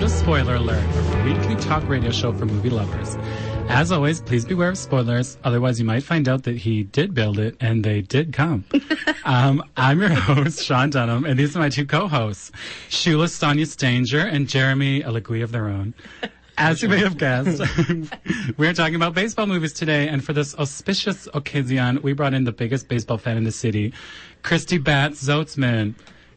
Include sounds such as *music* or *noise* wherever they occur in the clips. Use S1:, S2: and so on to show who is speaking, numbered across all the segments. S1: to Spoiler Alert, a weekly talk radio show for movie lovers. As always, please beware of spoilers. Otherwise, you might find out that he did build it and they did come. um, I'm your host, Sean Dunham, and these are my two co-hosts, Shula Sonia Stanger and Jeremy, a league of their own. As you may have guessed, *laughs* we're talking about baseball movies today, and for this auspicious occasion, we brought in the biggest baseball fan in the city, Christy Batts Zotzman.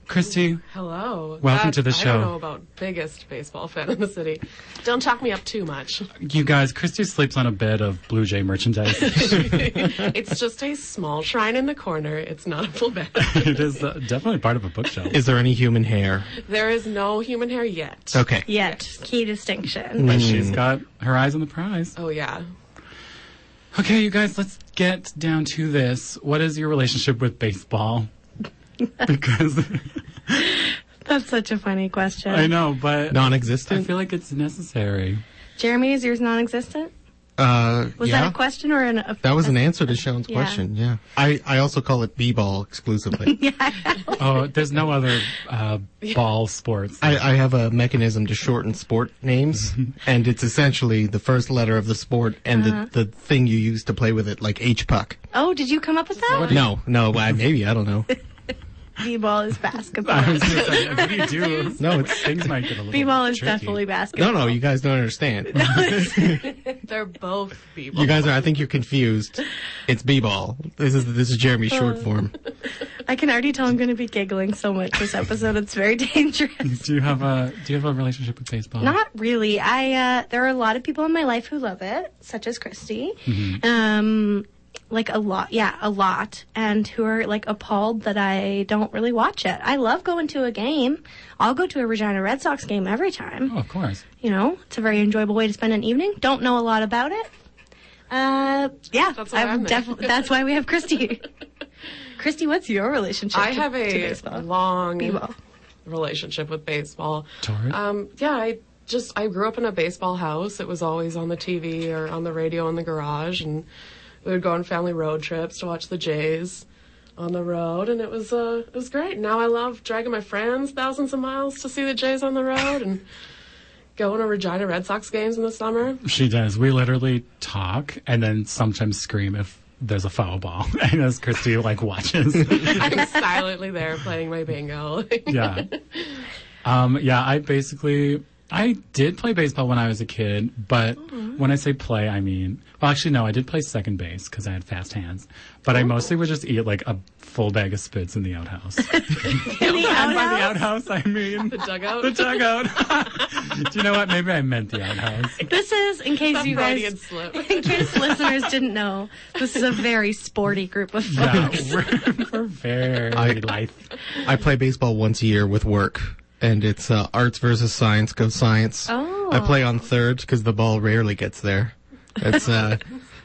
S1: Christy,
S2: Hello.
S1: Welcome
S2: That-
S1: to the
S2: I
S1: show.
S2: don't know about biggest baseball fan in the city. Don't talk me up too much.
S1: you guys, Christy sleeps on a bed of Blue Jay merchandise.
S2: it's just a small shrine in the corner. It's not a full bed.
S1: it is uh, definitely part of a bookshelf.
S3: Is there any human hair?
S2: there is no human hair yet.
S3: Okay.
S4: Yet, key distinction.
S1: But she's got her eyes on the prize.
S2: Oh yeah.
S1: Okay, you guys, let's get down to this. What is your relationship with baseball? because
S4: That's such a funny question.
S1: I know, but I
S3: Non-existent.
S1: feel like it's necessary.
S4: Jeremy, is yours non-existent?
S3: Uh,
S4: Was
S3: yeah.
S4: that a question or an? A,
S3: That was
S4: *laughs*
S3: an answer to Sean's
S4: Yeah.
S3: question. Yeah. I, I also call it b-ball
S4: *laughs*
S3: exclusively.
S1: Oh, there's no other uh, ball sports.
S3: I, I have a mechanism to shorten sport
S4: *laughs*
S3: names, and it's essentially the first letter of the sport and
S4: Uh-huh.
S3: the, the thing you use to play with it, like H puck.
S4: oh, did you come up with that?
S3: No, no, I, maybe I don't know.
S4: B-ball is
S1: I
S4: basketball.
S1: was gonna say, what do you do?
S3: No, it's
S1: Things might get a little.
S4: *laughs* B-ball is
S1: tricky.
S4: definitely
S3: no,
S4: basketball.
S3: no. You guys don't
S4: *laughs*
S3: understand.
S2: They're both people.
S3: You guys are. I think you're confused. It's b-ball. This is this is Jeremy's
S4: Uh.
S3: short form.
S4: I can already tell I'm going to be giggling so much this episode. It's very *laughs* dangerous.
S1: Do you have a Do you have a relationship with baseball?
S4: Not really. I uh, there are a lot of people in my life who love it, such as Christy. Um, like a lot, yeah, a lot, and who are like appalled that I don't really watch it. I love going to a game. I'll go to a Regina Red Sox game every time.
S1: Oh, of course.
S4: you know, it's a very enjoyable way to spend an evening. Don't know a lot about it. Uh, yeah,
S2: That's why
S4: I would
S2: I'm there.
S4: defi- that's why we have
S2: *laughs*
S4: Christy. Christy, what's your relationship?
S2: I
S4: to-
S2: have
S4: to
S2: a
S4: baseball?
S2: long *laughs*
S4: Baseball.
S2: relationship with baseball.
S1: Torrid?
S2: Um, yeah, I just I grew up in a baseball house. It was always on the TV or on the radio in the garage, and we would go on family road trips to watch the Jays on the road, and it was uh, it was great. Now I love dragging my friends thousands of miles to see the Jays on the road and going to Regina Red Sox games in the summer.
S1: She does. We literally talk and then sometimes scream if there's a foul ball, *laughs* and as Christy like watches.
S2: I'm silently there playing my bingo. *laughs*
S1: yeah. Um, yeah, I basically I did play baseball when I was a kid, but when I say play, I mean well, actually no, I did play second base because I had fast hands, but I mostly would just eat like a full bag of spits in the outhouse.
S4: In the
S1: and by the
S4: outhouse?
S1: outhouse, I mean
S2: the dugout.
S1: the dugout. *laughs* Do you know what? Maybe I meant the
S4: *laughs*
S1: outhouse.
S4: This is in case you
S2: Freudian
S4: guys,
S2: slip. *laughs*
S4: in case listeners didn't know, this is a very sporty group of folks.
S1: Yeah, *laughs* we're, we're very
S3: I-
S1: lithe.
S3: I play baseball once a year with work, and it's uh, arts versus science. Go science!
S4: Oh.
S3: I play on third because the ball rarely gets there. It's *laughs* uh,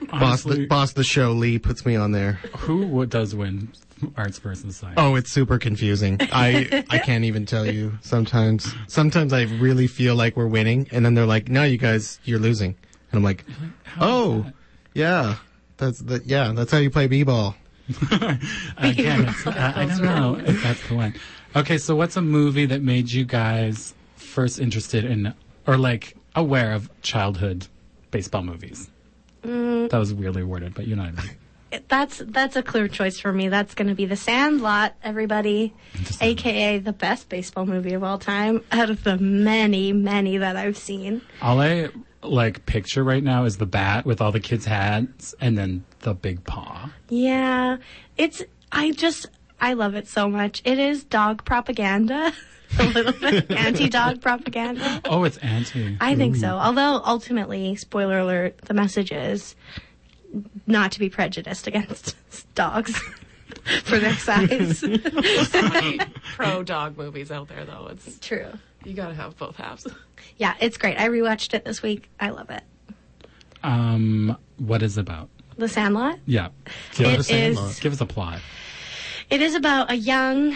S3: boss
S1: Honestly.
S3: the boss the show Lee puts me on there.
S1: Who w- does win arts versus science?
S3: Oh, it's super confusing. I I can't even tell you. Sometimes sometimes I really feel like we're winning, and then they're like, "No, you guys, you're losing," and I'm like, "Oh, yeah." That's the, yeah, that's how you play b-ball.
S1: Again, it's, Uh, I, I don't know if that's the one. Okay, so what's a movie that made you guys first interested in or like aware of childhood baseball movies?
S4: Mm.
S1: That was weirdly worded, but you know what I mean.
S4: That's that's a clear choice for me. That's going to be The Sandlot, everybody, aka the best baseball movie of all time, out of the many, many that I've seen.
S1: All I like picture right now is the bat with all the kids' hats and then the big paw.
S4: Yeah, it's. I just. I love it so much. It is dog propaganda, *laughs* a little bit anti-dog propaganda.
S1: Oh, it's anti.
S4: I think so.
S3: Mm.
S4: Although ultimately, spoiler alert, the message is not to be prejudiced against *laughs* dogs for their size.
S2: Pro dog movies out there though. It's
S4: True.
S2: you gotta have both halves.
S4: Yeah, it's great. I rewatched it this week. I love it.
S1: Um, what is it about?
S4: The Sandlot.
S1: Yeah,
S4: It
S1: give,
S3: The Sandlot.
S4: is-
S1: give us a plot.
S4: It is about a young,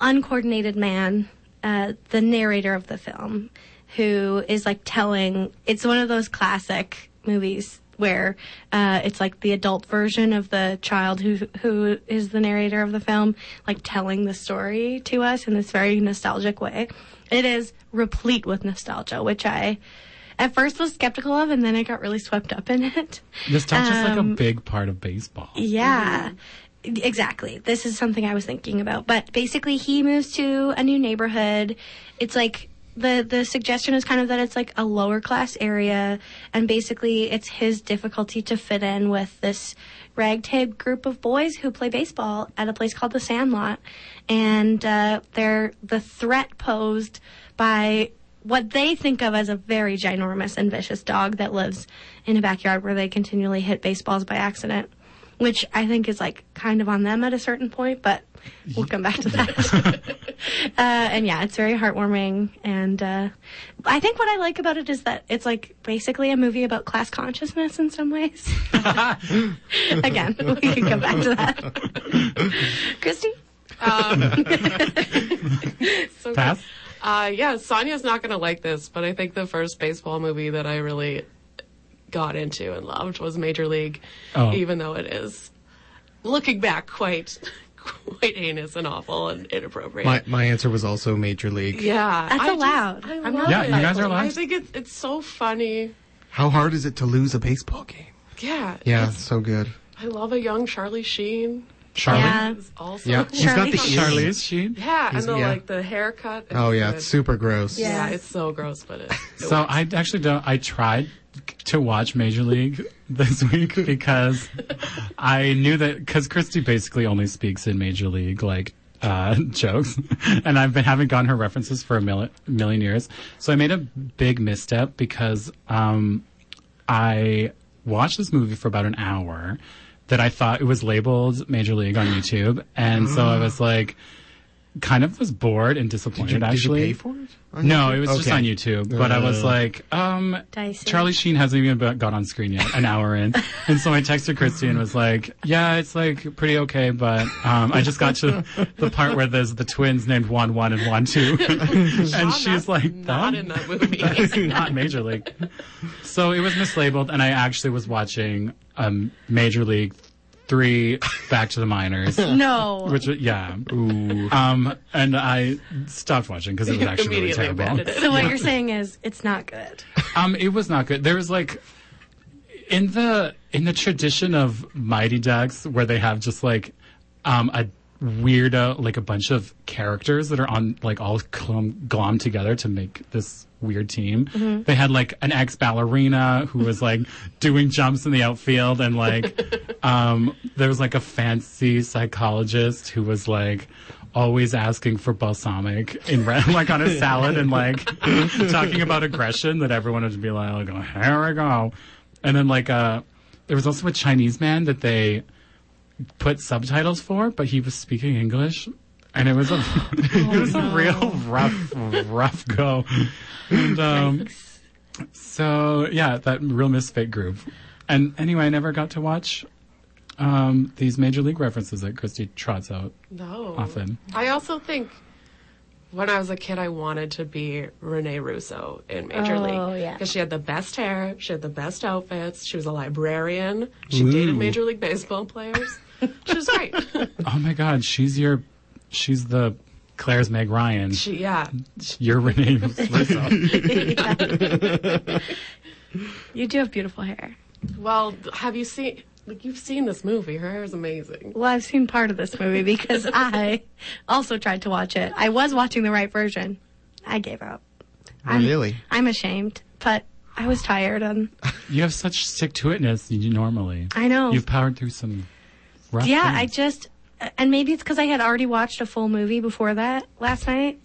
S4: uncoordinated man, uh, the narrator of the film, who is like telling. It's one of those classic movies where uh, it's like the adult version of the child who who is the narrator of the film, like telling the story to us in this very nostalgic way. It is replete with nostalgia, which I at first was skeptical of, and then I got really swept up in it.
S1: Nostalgia's like a
S4: Um,
S1: big part of baseball.
S4: Yeah. Exactly. This is something I was thinking about. But basically he moves to a new neighborhood. It's like the the suggestion is kind of that it's like a lower class area and basically it's his difficulty to fit in with this ragtag group of boys who play baseball at a place called the Sandlot and uh, they're the threat posed by what they think of as a very ginormous and vicious dog that lives in a backyard where they continually hit baseballs by accident which I think is like kind of on them at a certain point, but we'll come back to that. *laughs* uh, and yeah, it's very heartwarming. And uh, I think what I like about it is that it's like basically a movie about class consciousness in some ways. Again, we can come back to that. Christy?
S2: So good.
S1: Pass.
S2: Uh, yeah, Sonya's not going to like this, but I think the first baseball movie that I really got into and loved was Major League,
S1: Oh.
S2: even though it is, looking back, quite *laughs* quite heinous and awful and inappropriate.
S3: My my answer was also Major League.
S2: yeah,
S4: That's
S2: I
S4: allowed.
S2: Just, I
S4: I'm
S2: love
S4: not-
S1: Yeah,
S2: it.
S1: you guys are
S2: I
S1: allowed.
S2: think it's it's so funny.
S3: How hard is it to lose a baseball game?
S2: Yeah,
S3: Yeah, so good.
S2: I love a young Charlie Sheen.
S1: Charlie.
S4: Yeah.
S2: It's also
S3: Yeah, she's got the
S4: Charlie.
S3: ears.
S1: Charlie's she.
S2: Yeah, and
S3: He's-
S2: the
S3: yeah.
S2: like the haircut.
S3: Oh yeah,
S2: good.
S3: it's super gross.
S4: Yeah.
S2: Yeah, it's so gross, but it. it
S1: So I actually don't. I tried to watch Major League *laughs* this week because I knew that because Christy basically only speaks in Major League like uh, *laughs* jokes, and I've been haven't gotten her references for a mil- million years. So I made a big misstep because um, I watched this movie for about an hour that I thought it was labeled Major League on YouTube, and so I was like. Kind of was bored and disappointed.
S3: Did you, did you
S1: actually,
S3: pay for it? on
S1: no,
S3: YouTube?
S1: it was just
S3: Okay.
S1: on YouTube. But I was
S3: Uh.
S1: like, um,
S4: Dicey.
S1: Charlie Sheen hasn't even bu- got on screen yet, an hour
S2: *laughs*
S1: in. and so I texted Christy and was like, yeah, it's like pretty okay, but um, I just got
S3: *laughs*
S1: to the part where there's the twins named Juan One and Juan
S2: *laughs*
S1: Two. and
S2: Not-
S1: she's like,
S2: not
S1: "That-
S2: in
S1: *laughs*
S2: that movie.
S1: that's not Major League. So it was mislabeled, and I actually was watching um, Major League 3 Back to the Minors.
S4: No.
S1: Which, yeah. Um, and I stopped watching
S2: *laughs*
S1: because it
S4: *laughs*
S1: was actually really
S2: immediately
S1: terrible.
S2: abandoned it.
S4: so what you're saying is it's not good. *laughs*
S1: Um, it was not good. There was like in the in the tradition of Mighty Ducks, where they have just like um, a weirdo, like a bunch of characters that are on like all glom, glom together to make this weird team. They had like an ex ballerina who was like doing jumps in the outfield, and like um, there was like a fancy psychologist who was like always asking for balsamic in re- *laughs* like on a salad and like talking about aggression that everyone would be like, oh, here we go. And then like uh there was also a Chinese man that they put subtitles for, but he was speaking English. And it was a *laughs* it was a real rough rough go. And um so yeah, that real misfit group. And anyway, I never got to watch um, these major league references that Christy trots out
S2: *laughs* No.
S1: often.
S2: I also think when I was a kid, I wanted to be Renee Russo in Major
S4: Oh,
S2: League.
S4: yeah.
S2: Because she had the best hair, she had the best outfits, she was a librarian, she
S3: Ooh.
S2: dated Major League Baseball players. she was
S4: *laughs*
S2: great.
S1: Oh my God, she's your, she's the Claire's Meg Ryan.
S2: She, yeah.
S1: Your Renee Russo.
S4: You do have beautiful hair.
S2: Well, have you seen, like, you've seen this movie. Her hair is amazing.
S4: Well, I've seen part of this movie because I also tried to watch it. I was watching the right version. I gave up. I'm-
S3: Really?
S4: I'm ashamed, but I was tired and
S1: you have such stick to itness normally.
S4: I know.
S1: You've powered through some rough
S4: Oh. yeah, I
S1: things.
S4: just and maybe it's because I had already watched a full movie before that last night,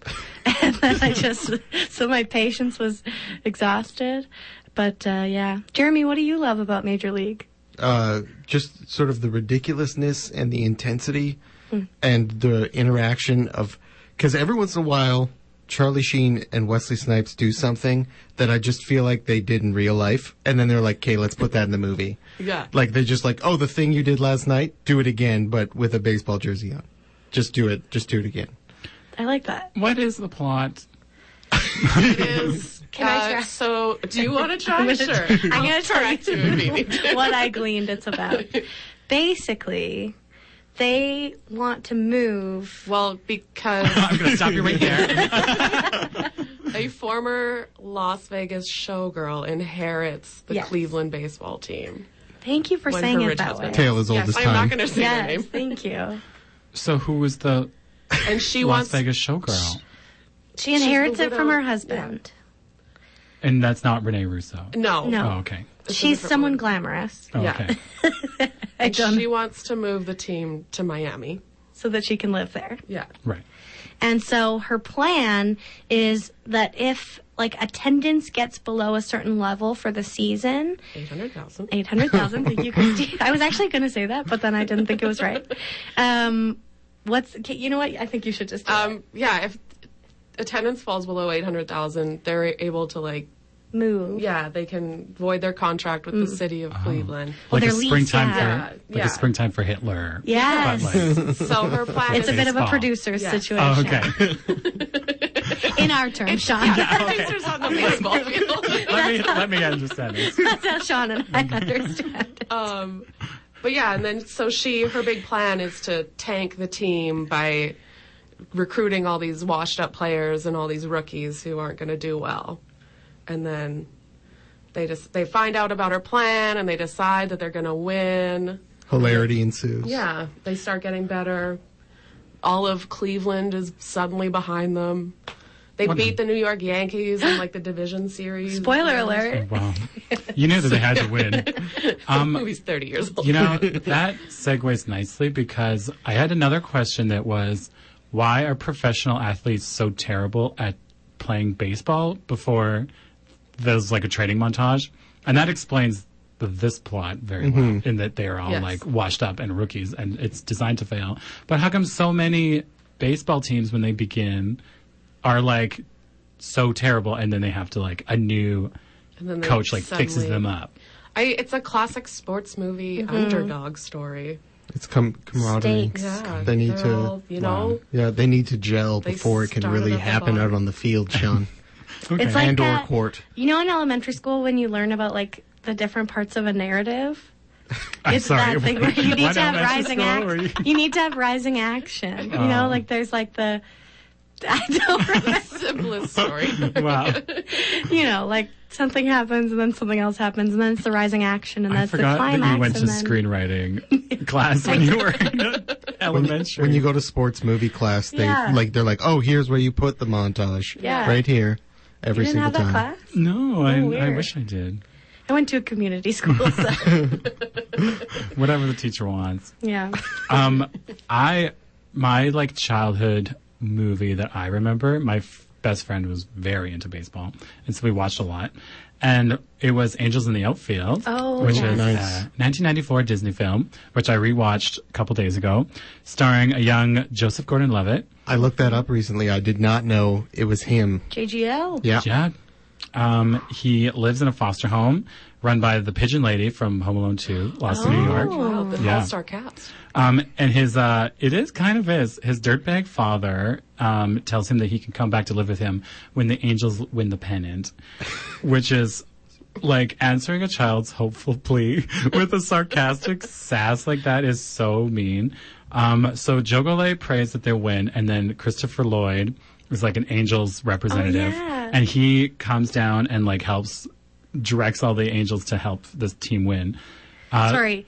S4: and then I just *laughs* so my patience was exhausted. But uh, yeah, Jeremy, what do you love about Major League?
S3: uh, just sort of the ridiculousness and the intensity
S2: Hmm.
S3: and the interaction of because every once in a while Charlie Sheen and Wesley Snipes do something that I just feel like they did in real life, and then they're like, "Okay, let's put that in the movie."
S2: Yeah.
S3: Like they're just like, "Oh, the thing you did last night, do it again, but with a baseball jersey on. Just do it. Just do it again."
S4: I like that.
S1: What is the plot?
S2: It is.
S4: *laughs* Can I
S2: uh,
S4: try?
S2: So, do you
S4: *laughs*
S2: want to try?
S4: gonna
S2: sure.
S4: try- I'm gonna
S2: I'll
S4: try *laughs*
S2: correct you if you need to.
S4: what I gleaned it's about. Basically, they want to move.
S2: Well, because
S1: *laughs* I'm going to stop you right there.
S2: a former Las Vegas showgirl inherits the
S4: Yes.
S2: Cleveland baseball team.
S4: Thank you for
S2: When
S4: saying
S2: her
S4: it that way.
S2: husband-
S3: Tale as old
S2: yes,
S3: as
S2: I'm
S3: time.
S2: not going to say her
S4: Yes,
S2: name.
S4: *laughs* thank you.
S1: *laughs* So who was the
S2: And she
S1: Las
S2: wants
S1: Vegas showgirl?
S2: *laughs*
S4: She inherits it from
S2: widow.
S4: her husband.
S1: And that's not Renee Russo.
S2: no,
S4: No.
S1: Oh, okay.
S2: It's a
S4: She's
S2: different
S4: someone
S2: one.
S4: glamorous.
S1: Oh,
S2: Yeah.
S1: Okay.
S4: I
S2: And
S4: don't
S2: she wants to move the team to Miami.
S4: *laughs* so that she can live there.
S2: Yeah.
S1: Right.
S4: And so her plan is that if like attendance gets below a certain level for the season,
S2: 800,000.
S4: eight hundred thousand. Thank you, Christy. *laughs* I was actually going to say that, but then I didn't think it was right. Um, what's okay, you know what? I think you should just do it.
S2: Um, yeah, if attendance falls below 800,000, they're able to like
S4: move.
S2: yeah, they can void their contract with the
S4: Mm.
S2: city
S1: Ah.
S2: of Cleveland.
S1: like a
S4: their lease,
S1: springtime
S4: yeah.
S1: for
S2: Yeah,
S1: like
S2: yeah.
S1: a springtime for Hitler. But
S4: Yes.
S1: like,
S2: So
S1: *laughs*
S2: her plan
S4: It's a
S2: is
S4: bit of a
S1: Baseball.
S4: producer's
S2: Yeah.
S4: situation.
S1: oh, okay.
S4: In our term, Sean.
S2: *laughs* Pacers on the baseball field.
S1: let me let me understand this.
S4: *laughs* That's how Sean and
S1: Mm-hmm.
S4: I understand.
S2: Um, but yeah, and then so she, her big plan is to tank the team by recruiting all these washed up players and all these rookies who aren't going to do well. And then they just, they find out about her plan and they decide that they're going to win.
S3: Hilarity ensues.
S2: Yeah, they start getting better. All of Cleveland is suddenly behind them. They beat the New York Yankees in like the division series. *laughs*
S4: Spoiler alert.
S1: Wow. You knew that they had to win. Um,
S2: The movie's 30 years old.
S1: You know, that segues nicely because I had another question that was why are professional athletes so terrible at playing baseball before there's like a training montage? And that explains the, this plot very well in that they are all
S2: Yes.
S1: like washed up and rookies and it's designed to fail. But how come so many baseball teams when they begin are like so terrible and then they have to like a new
S2: And then they
S1: coach like fixes
S2: suddenly-
S1: them up?
S2: I, it's a classic sports movie underdog story.
S3: It's com- camaraderie.
S4: Stakes.
S2: Yeah,
S3: They need
S2: they're
S3: to-
S2: all, you know,
S3: Yeah, they need to gel
S2: They
S3: before it can
S2: started
S3: really
S2: at the
S3: happen out
S2: bottom.
S3: on the field, *laughs* Sean.
S4: It's like
S3: and or
S4: that-
S3: court.
S4: You know, in elementary school, when you learn about like the different parts of a narrative,
S1: *laughs* I'm
S4: it's
S1: sorry.
S4: that thing where you need
S1: What
S4: to have
S1: elementary
S4: rising
S1: school were
S4: action.
S1: you- Um.
S4: You? need to have rising action. You know, like there's like the *laughs* I don't remember.
S1: *laughs*
S2: simplest story.
S1: Wow.
S4: you know, like something happens and then something else happens and then it's the rising action and
S1: I
S4: that's the
S1: forgot
S4: climax.
S1: that you went to
S4: and then, *laughs*
S1: screenwriting class when you were in elementary.
S3: When you go to sports movie class, they
S4: Yeah.
S3: like they're like, "Oh, here's where you put the montage.
S4: Yeah.
S3: Right here."
S4: You
S3: Every
S4: didn't
S3: single
S4: have
S3: time.
S4: that class.
S1: no, I, I
S4: Oh, weird.
S1: wish I did.
S4: I went to a community *laughs*
S3: *laughs*
S4: school. So,
S1: Whatever the teacher wants.
S4: yeah.
S1: Um, I my like childhood movie that I remember. My f- best friend was very into baseball, and so we watched a lot. And it was Angels in the Outfield,
S4: Oh,
S1: which
S4: yes.
S1: is
S3: Nice.
S1: uh, 1994 Disney film, which I rewatched a couple days ago, starring a young Joseph Gordon-Levitt.
S3: I looked that up recently. I did not know it was him.
S4: JGL.
S3: Yeah.
S1: Yeah. Um, he lives in a foster home run by the Pigeon Lady from Home Alone 2, Lost in New York.
S2: *laughs* Wow, the
S1: Yeah.
S2: all-star cast.
S1: Um, and his, uh, it is kind of his, his dirtbag father, um, tells him that he can come back to live with him when the angels win the pennant, *laughs* which is like answering a child's hopeful plea *laughs* with a sarcastic sass like that is so mean. Um, so Jogole prays that they win and then Christopher Lloyd is like an angels representative
S4: Oh, yeah.
S1: and he comes down and like helps directs all the angels to help this team win.
S4: Sorry.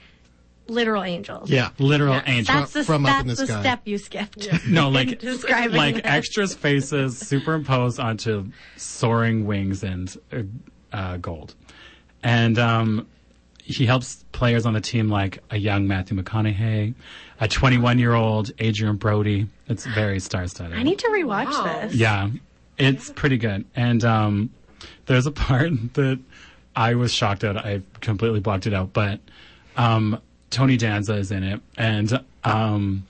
S4: Literal angels.
S3: Yeah.
S1: Literal angels.
S4: That's the,
S3: From up
S4: that's
S3: in
S4: the,
S3: the sky.
S4: step you skipped. *laughs*
S1: No, like
S4: Describing
S1: like
S4: that.
S1: extras faces superimposed onto soaring wings and uh, uh, gold, and um, he helps players on the team like a young Matthew McConaughey, a 21 year old Adrian Brody. It's very star studded.
S4: I need to rewatch
S2: Wow.
S4: this.
S1: Yeah, it's pretty good. And um, there's a part *laughs* that I was shocked at. I completely blocked it out, but um, Tony Danza is in it, and um,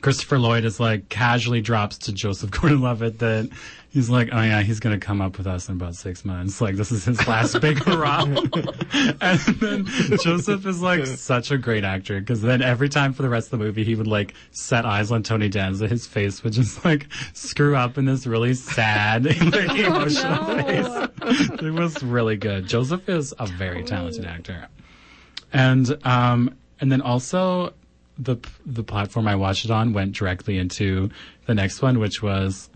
S1: Christopher Lloyd is like casually drops to Joseph *laughs* Gordon-Levitt that he's like, oh yeah, he's gonna come up with us in about six months. Like this is his last big hurrah. and then Joseph is like such a great actor because then every time for the rest of the movie he would like set eyes on Tony Danza, his face would just like screw up in this really sad, *laughs* like emotional face. It was really good. Joseph is a very talented actor and um and then also the the platform I watched it on went directly into the next one, which was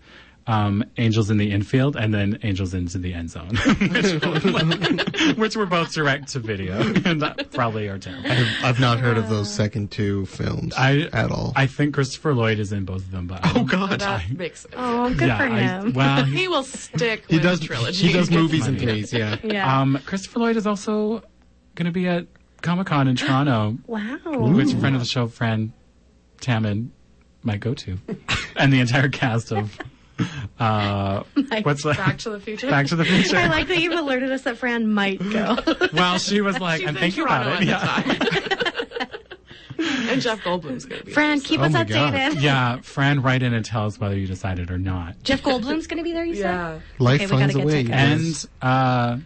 S1: um, Angels in the Infield and then Angels into the End Zone, *laughs* which, were like- which were *laughs* both direct to video and that probably are terrible.
S3: I've, I've not heard of those second two films
S1: I,
S3: at all.
S1: I think Christopher Lloyd is in both of them, but um,
S3: oh God,
S2: That makes sense.
S4: Oh, good
S1: yeah,
S4: for
S1: I-
S4: him.
S1: well, he-
S2: He will stick
S3: he
S2: with
S3: does
S2: trilogy.
S3: He does movies and
S1: Money.
S3: threes. Yeah.
S4: *laughs* yeah.
S1: um, Christopher Lloyd is also going to be at Comic Con in Toronto,
S4: wow.
S1: which friend of the show, friend Tammin, might go to, and the entire cast of
S2: *laughs*
S1: uh,
S4: My
S1: what's that?
S2: Back to the Future.
S1: Back to the Future.
S4: I like that you've alerted us that Fran might
S2: *laughs*
S4: go.
S1: well, she was like,
S2: She's
S1: I'm
S2: in
S1: thinking
S2: Toronto
S1: about
S2: at
S1: it. Yeah.
S2: the time. and Jeff Goldblum's going to be
S4: Fran,
S2: there, so-
S4: keep
S3: Oh
S4: us
S3: my God.
S1: *laughs*
S4: updated.
S1: yeah, Fran, write in and tell us whether you decided or not.
S4: Jeff Goldblum's going to be there, you
S2: Yeah.
S4: said?
S3: Life
S4: Okay, we
S3: finds
S4: gotta
S3: a
S4: get
S3: way.
S4: tickets.
S3: you
S1: And
S3: guys.
S1: uh,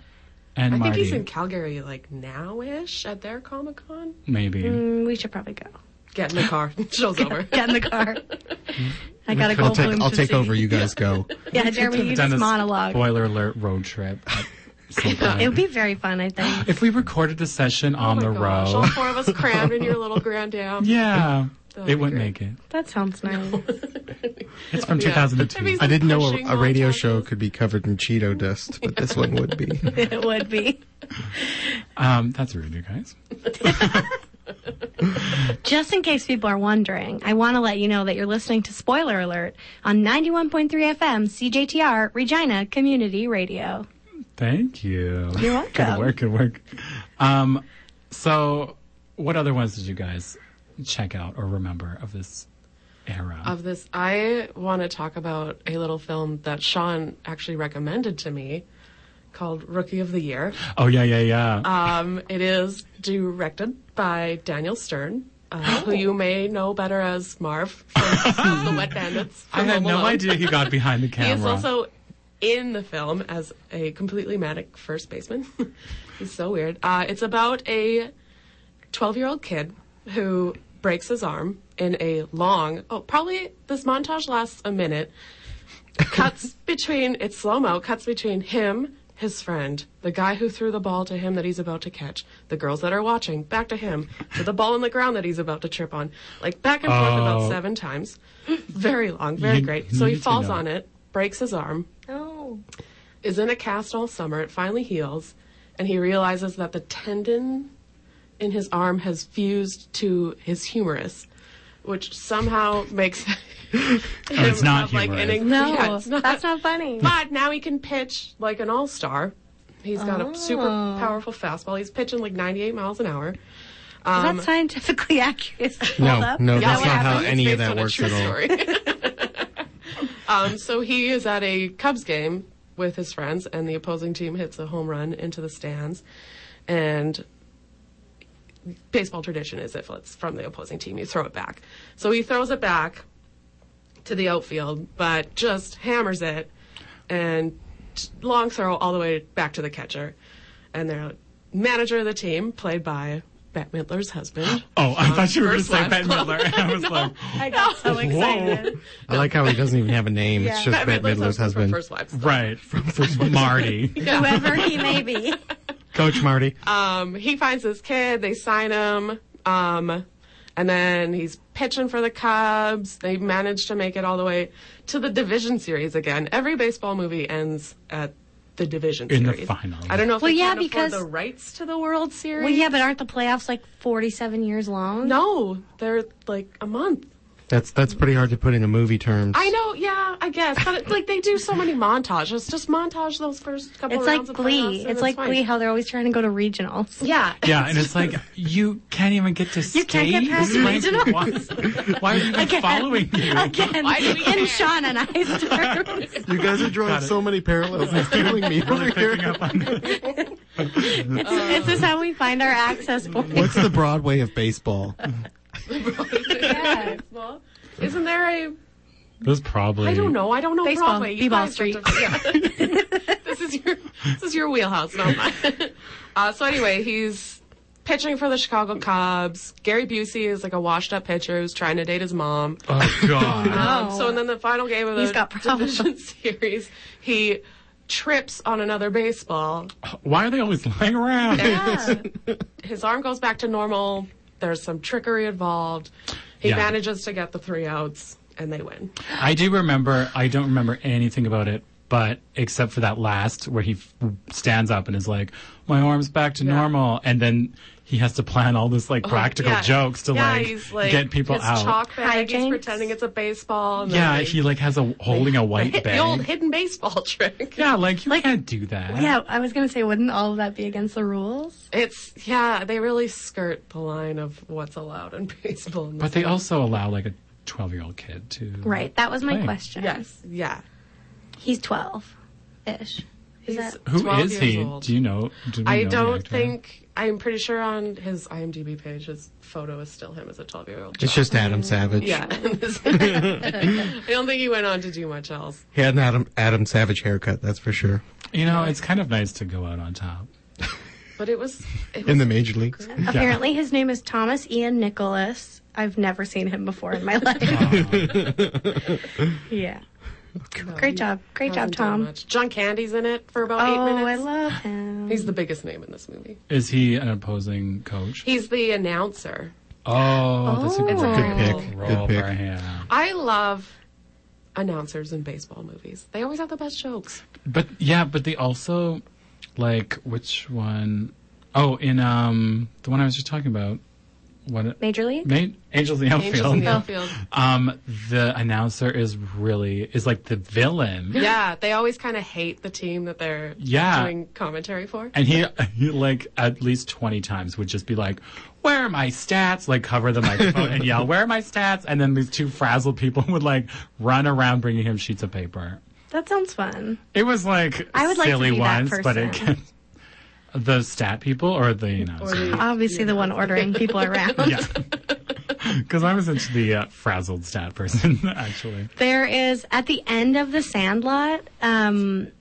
S1: and
S2: I think
S1: Marty,
S2: he's in Calgary like now-ish at their Comic Con.
S1: maybe.
S4: Mm, we should probably go.
S2: Get in the car. *laughs* Show's over.
S4: *laughs* Get in the car. I got a
S3: I'll
S4: Goldblum
S3: take I'll
S4: to
S3: take
S4: see.
S3: over. You guys go.
S4: *laughs* Yeah, Jeremy, you
S1: Done
S4: just
S1: a
S4: monologue.
S1: Spoiler alert! Road trip.
S2: *laughs*
S1: at some
S4: It
S1: point.
S4: would be very fun, I *laughs* think.
S1: If we recorded a session on
S2: Oh
S1: the
S2: my gosh, all
S1: road,
S2: four of us crammed in your little grand
S3: *laughs*
S2: dam.
S1: yeah,
S2: That'd
S1: it
S2: be
S1: wouldn't make
S2: great.
S1: it.
S4: That sounds nice.
S1: It's from
S2: That'd be
S1: 2002.
S2: so-
S3: I didn't know a,
S2: Pushing
S3: a radio
S2: montages.
S3: show could be covered in Cheeto dust, but this one would
S4: *laughs*
S3: be.
S4: *laughs* it would be.
S1: Um, that's rude, you guys.
S4: Just in case people are wondering, I want to let you know that you're listening to Spoiler Alert on 91.3 FM CJTR Regina Community Radio.
S1: Thank you. *laughs*
S4: You're welcome.
S1: Good work. Good work. Um, so, what other ones did you guys check out or remember of this era?
S2: of this, I want to talk about a little film that Sean actually recommended to me called Rookie of the Year.
S1: oh yeah, yeah, yeah.
S2: Um, it is directed by Daniel Stern, uh,
S1: Oh.
S2: who you may know better as Marv
S1: *laughs*
S2: from The Wet Bandits.
S1: I
S2: from
S1: had
S2: Home
S1: no
S2: Alone.
S1: idea he got behind the
S2: *laughs* He
S1: camera.
S2: is also in the film as a completely manic first baseman. *laughs* He's so weird. Uh, it's about a 12 year old kid who breaks his arm in a long, oh, probably this montage lasts a minute. Cuts between, it's slow mo, cuts between him, his friend, the guy who threw the ball to him that he's about to catch, the girls that are watching, back to him, to the ball on the ground that he's about to trip on. Like back and forth
S1: Oh.
S2: about seven times. Very long, very
S1: You-
S2: great.
S1: you
S2: So he
S1: need to
S2: falls
S1: know.
S2: on it, breaks his arm,
S4: Oh.
S2: is in a cast all summer. It finally heals, and he realizes that the tendon in his arm has fused to his humerus, which somehow
S1: *laughs*
S2: makes
S1: Oh, it's
S2: him
S1: not
S2: have, like an
S1: humerus.
S2: in-
S4: No,
S2: yeah, it's not-
S4: that's not funny.
S2: *laughs* But now he can pitch like an all star. He's got a super
S4: Oh.
S2: powerful fastball. He's pitching like 98 miles an hour.
S4: Is that scientifically *laughs* accurate? Hold
S3: No,
S4: up.
S3: no,
S2: Yeah,
S3: that's
S2: what
S3: not how
S2: happened? It's
S3: any
S2: based
S3: of that
S2: on a
S3: works
S2: true
S3: at all. *laughs*
S2: story. um, so he is at a Cubs game with his friends, and the opposing team hits a home run into the stands, and baseball tradition is if it's from the opposing team, you throw it back. So he throws it back to the outfield, but just hammers it and t- long throw all the way back to the catcher. And their manager of the team, played by Bette Midler's husband.
S1: oh, I thought you were going to
S2: First
S1: say
S2: laugh
S1: Ben
S2: club.
S1: Miller. *laughs* I
S2: *laughs*
S1: was like,
S4: I got so excited.
S3: I like how he doesn't even have a name. It's just *gasps* Bette Midler's
S2: from
S3: husband,
S2: First Wives.
S1: right,
S2: *laughs*
S1: Marty,
S4: Whoever he may *laughs* be.
S3: Coach
S4: *laughs*
S3: Marty.
S4: Uh,
S2: Um, he finds this kid. They sign him. Um, and then he's pitching for the Cubs. They manage to make it all the way to the division series again. Every baseball movie ends at the division
S1: In the
S2: series.
S1: final.
S2: I don't know if
S4: Well,
S2: they
S4: yeah,
S2: can't afford
S4: because-
S2: the rights to the World Series.
S4: Well, yeah, but aren't the playoffs like 47 years long?
S2: no, they're like a month.
S3: That's that's pretty hard to put into movie terms.
S2: I know, yeah, I guess, but it, like they do so many montages. Just montage those first couple.
S4: It's like
S2: rounds of playoffs,
S4: Glee.
S2: and
S4: It's like
S2: fine.
S4: Glee how they're always trying to go to
S2: *laughs*
S4: regionals.
S2: Yeah,
S1: yeah, and it's like you can't even get to
S4: You can't get past regionals.
S1: Why, *laughs* why are you even
S4: Again.
S1: following you?
S4: Again,
S2: Why do we
S4: in
S2: care? *laughs*
S4: Sean and I's terms.
S3: You guys are drawing
S1: Got it.
S3: so many parallels. It's killing *laughs* me over here.
S1: Picking
S2: *laughs*
S1: up on that.
S4: This is how we find our access point.
S3: What's the Broadway of baseball?
S4: Yeah.
S2: Well, Isn't there a
S1: There's probably
S2: I don't know. I don't know
S4: Baseball,
S2: Broadway. You
S4: B-ball
S2: guys have
S4: *laughs*
S2: to- yeah. this is your this is your wheelhouse, not mine. *laughs* Uh, so anyway, he's pitching for the Chicago Cubs. Gary Busey is like a washed-up pitcher who's trying to date his mom.
S1: Oh God.
S2: Um, so and then the final game of
S4: He's
S2: the
S4: got problems.
S2: division *laughs* series, he trips on
S1: *laughs*
S2: another baseball. *laughs*
S1: Why are they always lying around?
S2: His arm goes back to normal There's some trickery involved. He
S1: Yeah.
S2: manages to get the three outs, and they win.
S1: I do remember. I don't remember anything about it, but except for that last where he f- stands up and is like, "My arm's back to
S2: Yeah. Oh,
S1: normal," and then he has to plan all this like practical
S2: Yeah.
S1: jokes to
S2: Yeah,
S1: like,
S2: he's, like,
S1: get people
S2: his
S1: out.
S2: Chalk bag. He's
S4: Hijinks.
S2: pretending it's a baseball. And then
S1: yeah,
S2: they-
S1: he like has a holding a white
S2: hit
S1: bag.
S2: *laughs* the old hidden baseball *laughs* trick.
S1: yeah, like you can't do that.
S4: *laughs* Yeah, I was gonna say, wouldn't all of that be against the rules?
S2: It's yeah, they really skirt the line of what's allowed in *laughs* baseball. in
S1: But they
S2: this
S1: also allow like a twelve-year-old kid to.
S4: Right. That was my
S1: Right.
S4: question.
S2: Yes. Yeah.
S4: He's twelve, ish. Is
S2: He's
S4: that?
S1: Who
S2: 12
S1: is
S2: years
S1: he?
S2: old.
S1: Do you know? Do we
S2: I
S1: know the
S2: don't
S1: actor?
S2: think. I'm pretty sure on his IMDb page, his photo is still him as a 12 year old.
S3: It's just Adam Savage.
S1: *laughs*
S2: Yeah. *laughs* I don't think he went on to do much else.
S3: He had an Adam, Adam Savage haircut, that's for sure.
S1: You know, it's kind of nice to go out on top.
S2: But it was. It was
S3: In the major leagues.
S4: Apparently, his name is Thomas Ian Nicholas. I've never seen him
S2: *laughs*
S4: before in my life. yeah.
S2: no,
S4: Great
S2: he
S4: job. Great
S2: hasn't
S4: job,
S2: done
S4: Tom.
S2: much. John Candy's in it for about eight
S4: Oh, I
S2: minutes.
S4: love him.
S2: He's the biggest name in this movie.
S1: Is he an opposing coach?
S2: He's the announcer.
S1: Oh, that's a
S4: Oh.
S1: great
S4: It's a good
S3: pick.
S1: role
S3: Good pick.
S1: for him.
S2: I love announcers in baseball movies. They always have the best jokes.
S1: But yeah, but they also like which one oh in um the one I was just talking about. What
S4: Major League.
S1: Main, Angels in the Outfield.
S2: Angels in the outfield.
S1: Um the announcer is really is like the villain.
S2: Yeah, they always kind of hate the team that they're
S1: Yeah.
S2: doing commentary for.
S1: And he, he, like, at least 20 times would just be like, Where are my stats? Like, cover the microphone and yell, Where are my stats? And then these two frazzled people *laughs* would, like, run around bringing him sheets of paper.
S4: That sounds fun.
S1: It was, like,
S4: I would like to
S1: silly
S4: be that
S1: ones, but it
S4: person.
S1: can. *laughs* The stat people or the, you know.
S4: Obviously, the one
S2: *laughs*
S4: ordering people around.
S1: *laughs* yeah. Because I was into the uh, frazzled stat person, *laughs* actually.
S4: There is at the end of the Sandlot, um,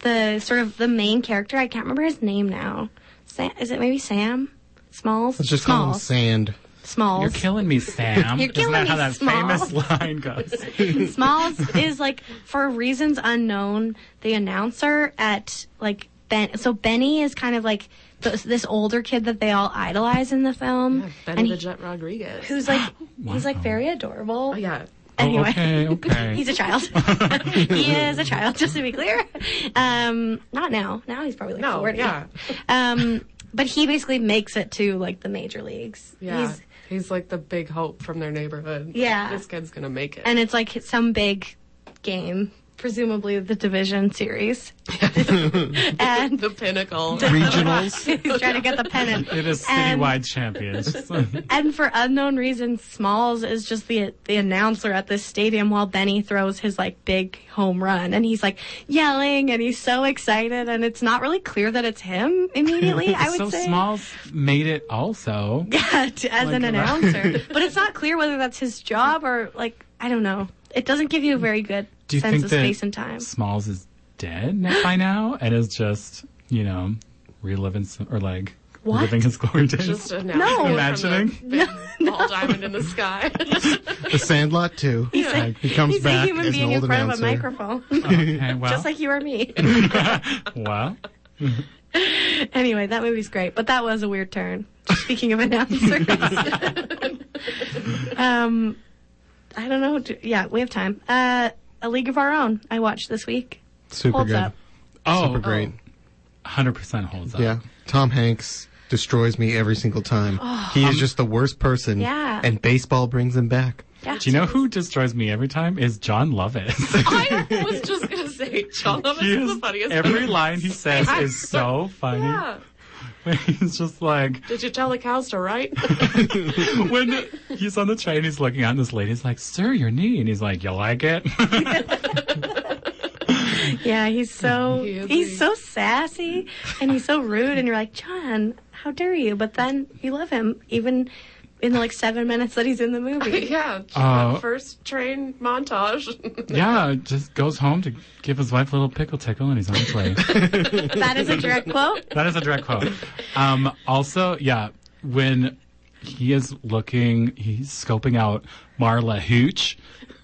S4: the sort of the main character. I can't remember his name now. Sam, is it maybe Sam Smalls?
S3: Let's just call him
S4: Smalls.
S3: Sand.
S4: Smalls.
S1: You're killing me, Sam.
S4: You're
S1: Isn't
S4: killing
S1: that how
S4: me,
S1: that
S4: Small.
S1: famous line goes?
S4: Smalls
S1: *laughs*
S4: is like for reasons unknown the announcer at like Ben. So Benny is kind of like th- this older kid that they all idolize in the film,
S2: Yeah,
S4: and
S2: Benny the
S4: he-
S2: Jet Rodriguez.
S4: who's like he's like
S1: *gasps* Wow.
S4: very adorable.
S2: Oh, yeah.
S1: Oh,
S4: *laughs* Anyway.
S1: okay, okay.
S4: *laughs* He's
S1: *laughs*
S4: a child. he is a child, just to be clear. Um, not now. Now he's probably like
S2: No,
S4: 40.
S2: yeah.
S4: *laughs* Um, but he basically makes it to like the major leagues.
S2: Yeah. He's,
S4: He's,
S2: like the big hope from their neighborhood.
S4: Yeah.
S2: This kid's going to make it.
S4: and it's like some big game, presumably the
S1: *laughs*
S4: division series. *laughs* and
S2: the pinnacle.
S3: Regionals.
S4: *laughs* he's trying to get the pennant.
S1: It is
S4: And-
S1: citywide champions.
S4: And for unknown reasons, Smalls is just the the announcer at this stadium while Benny throws his like big home run, and he's like yelling and he's so excited, and it's not really clear that it's him
S1: *laughs*
S4: immediately. *laughs* I would
S1: so
S4: say.
S1: Smalls made it also.
S4: *laughs* Yeah, to- as
S1: Like,
S4: an
S1: *laughs*
S4: announcer, but it's not clear whether that's his job or like I don't know. It doesn't give you a very good
S1: Do you
S4: sense
S1: think
S4: of
S1: that
S4: space and time.
S1: Smalls is dead by now and is just, you know, reliving some, or like
S4: What?
S1: living his glory days?
S2: Just an
S4: No.
S2: announcement from the big Ball diamond in the sky. *laughs*
S3: the Sandlot too.
S1: Like,
S3: He comes
S4: He's
S3: back
S4: a human
S3: as an
S4: being in
S3: old
S4: front
S3: announcer.
S4: of a microphone, *laughs*
S1: okay, *laughs* well,
S4: just like you or me.
S1: *laughs* well,
S4: *laughs* anyway, that movie's great, but that was a weird turn. Speaking of announcers, um, I don't know. do- Yeah, we have time. Uh, a League of Our Own. I watched this week.
S3: Super
S4: Holds
S3: good.
S4: up.
S1: oh,
S3: Super great.
S1: 100% holds up.
S3: Yeah. Tom Hanks destroys me every single time.
S2: Oh.
S3: he
S2: Um,
S3: is just the worst person.
S4: Yeah.
S3: And baseball brings him back.
S4: Yeah.
S1: Do you know who destroys me every time? Is John
S2: *laughs*
S1: Lovitz. *laughs*
S2: I was just going to say, John Lovitz
S1: He
S2: Oh, is
S1: is-
S2: the funniest.
S1: every line he
S2: *laughs*
S1: says is so funny.
S2: yeah.
S1: *laughs* He's just like,
S2: Did you tell the cows
S1: *laughs*
S2: to write? *laughs*
S1: when the- he's on the train, he's looking at this lady. He's like, "Sir, your knee," and he's like, "You like
S2: *laughs*
S1: it?" *laughs*
S4: Yeah, he's so
S2: He is
S4: he's
S2: a-
S4: so sassy and he's so rude, and you're like, John, how dare you? But then you love him, even in the like seven minutes that he's in
S2: *laughs*
S4: the movie.
S2: yeah.
S1: Oh.
S2: that first train montage.
S1: yeah, just goes home to give his wife a little pickle tickle, and he's on his way.
S4: that is a direct quote.
S1: that is a direct quote. Um, also, yeah, when he is looking, he's scoping out Marla Hooch,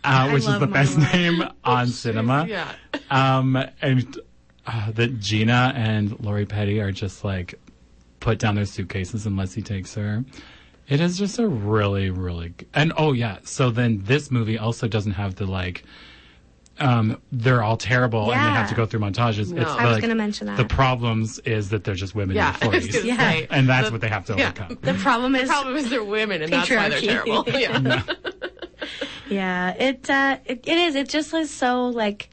S1: uh, which is
S4: love
S1: the best
S4: Marla.
S1: name on cinema.
S2: *laughs* yeah.
S1: Um, and uh, that Gina and Lori Petty are just like put down their suitcases unless he takes her. It is just a really, really, g- and oh yeah. So then this movie also doesn't have the like, um, they're all terrible and they
S4: Yeah.
S1: have to go through montages.
S2: No.
S1: It's
S2: I
S1: the,
S4: was
S1: like,
S4: gonna mention that.
S1: The problems is that they're just women
S2: Yeah, *laughs* I
S1: in
S2: was
S1: their forties,
S2: gonna
S4: Yeah.
S2: say.
S1: and that's
S2: The-
S1: what they have to
S2: yeah.
S1: overcome.
S4: The problem is,
S2: problem is they're women, and that's why they're
S4: Patriarchy.
S2: terrible.
S4: *laughs*
S2: Yeah.
S4: yeah, it, uh, it it is. It just is so like,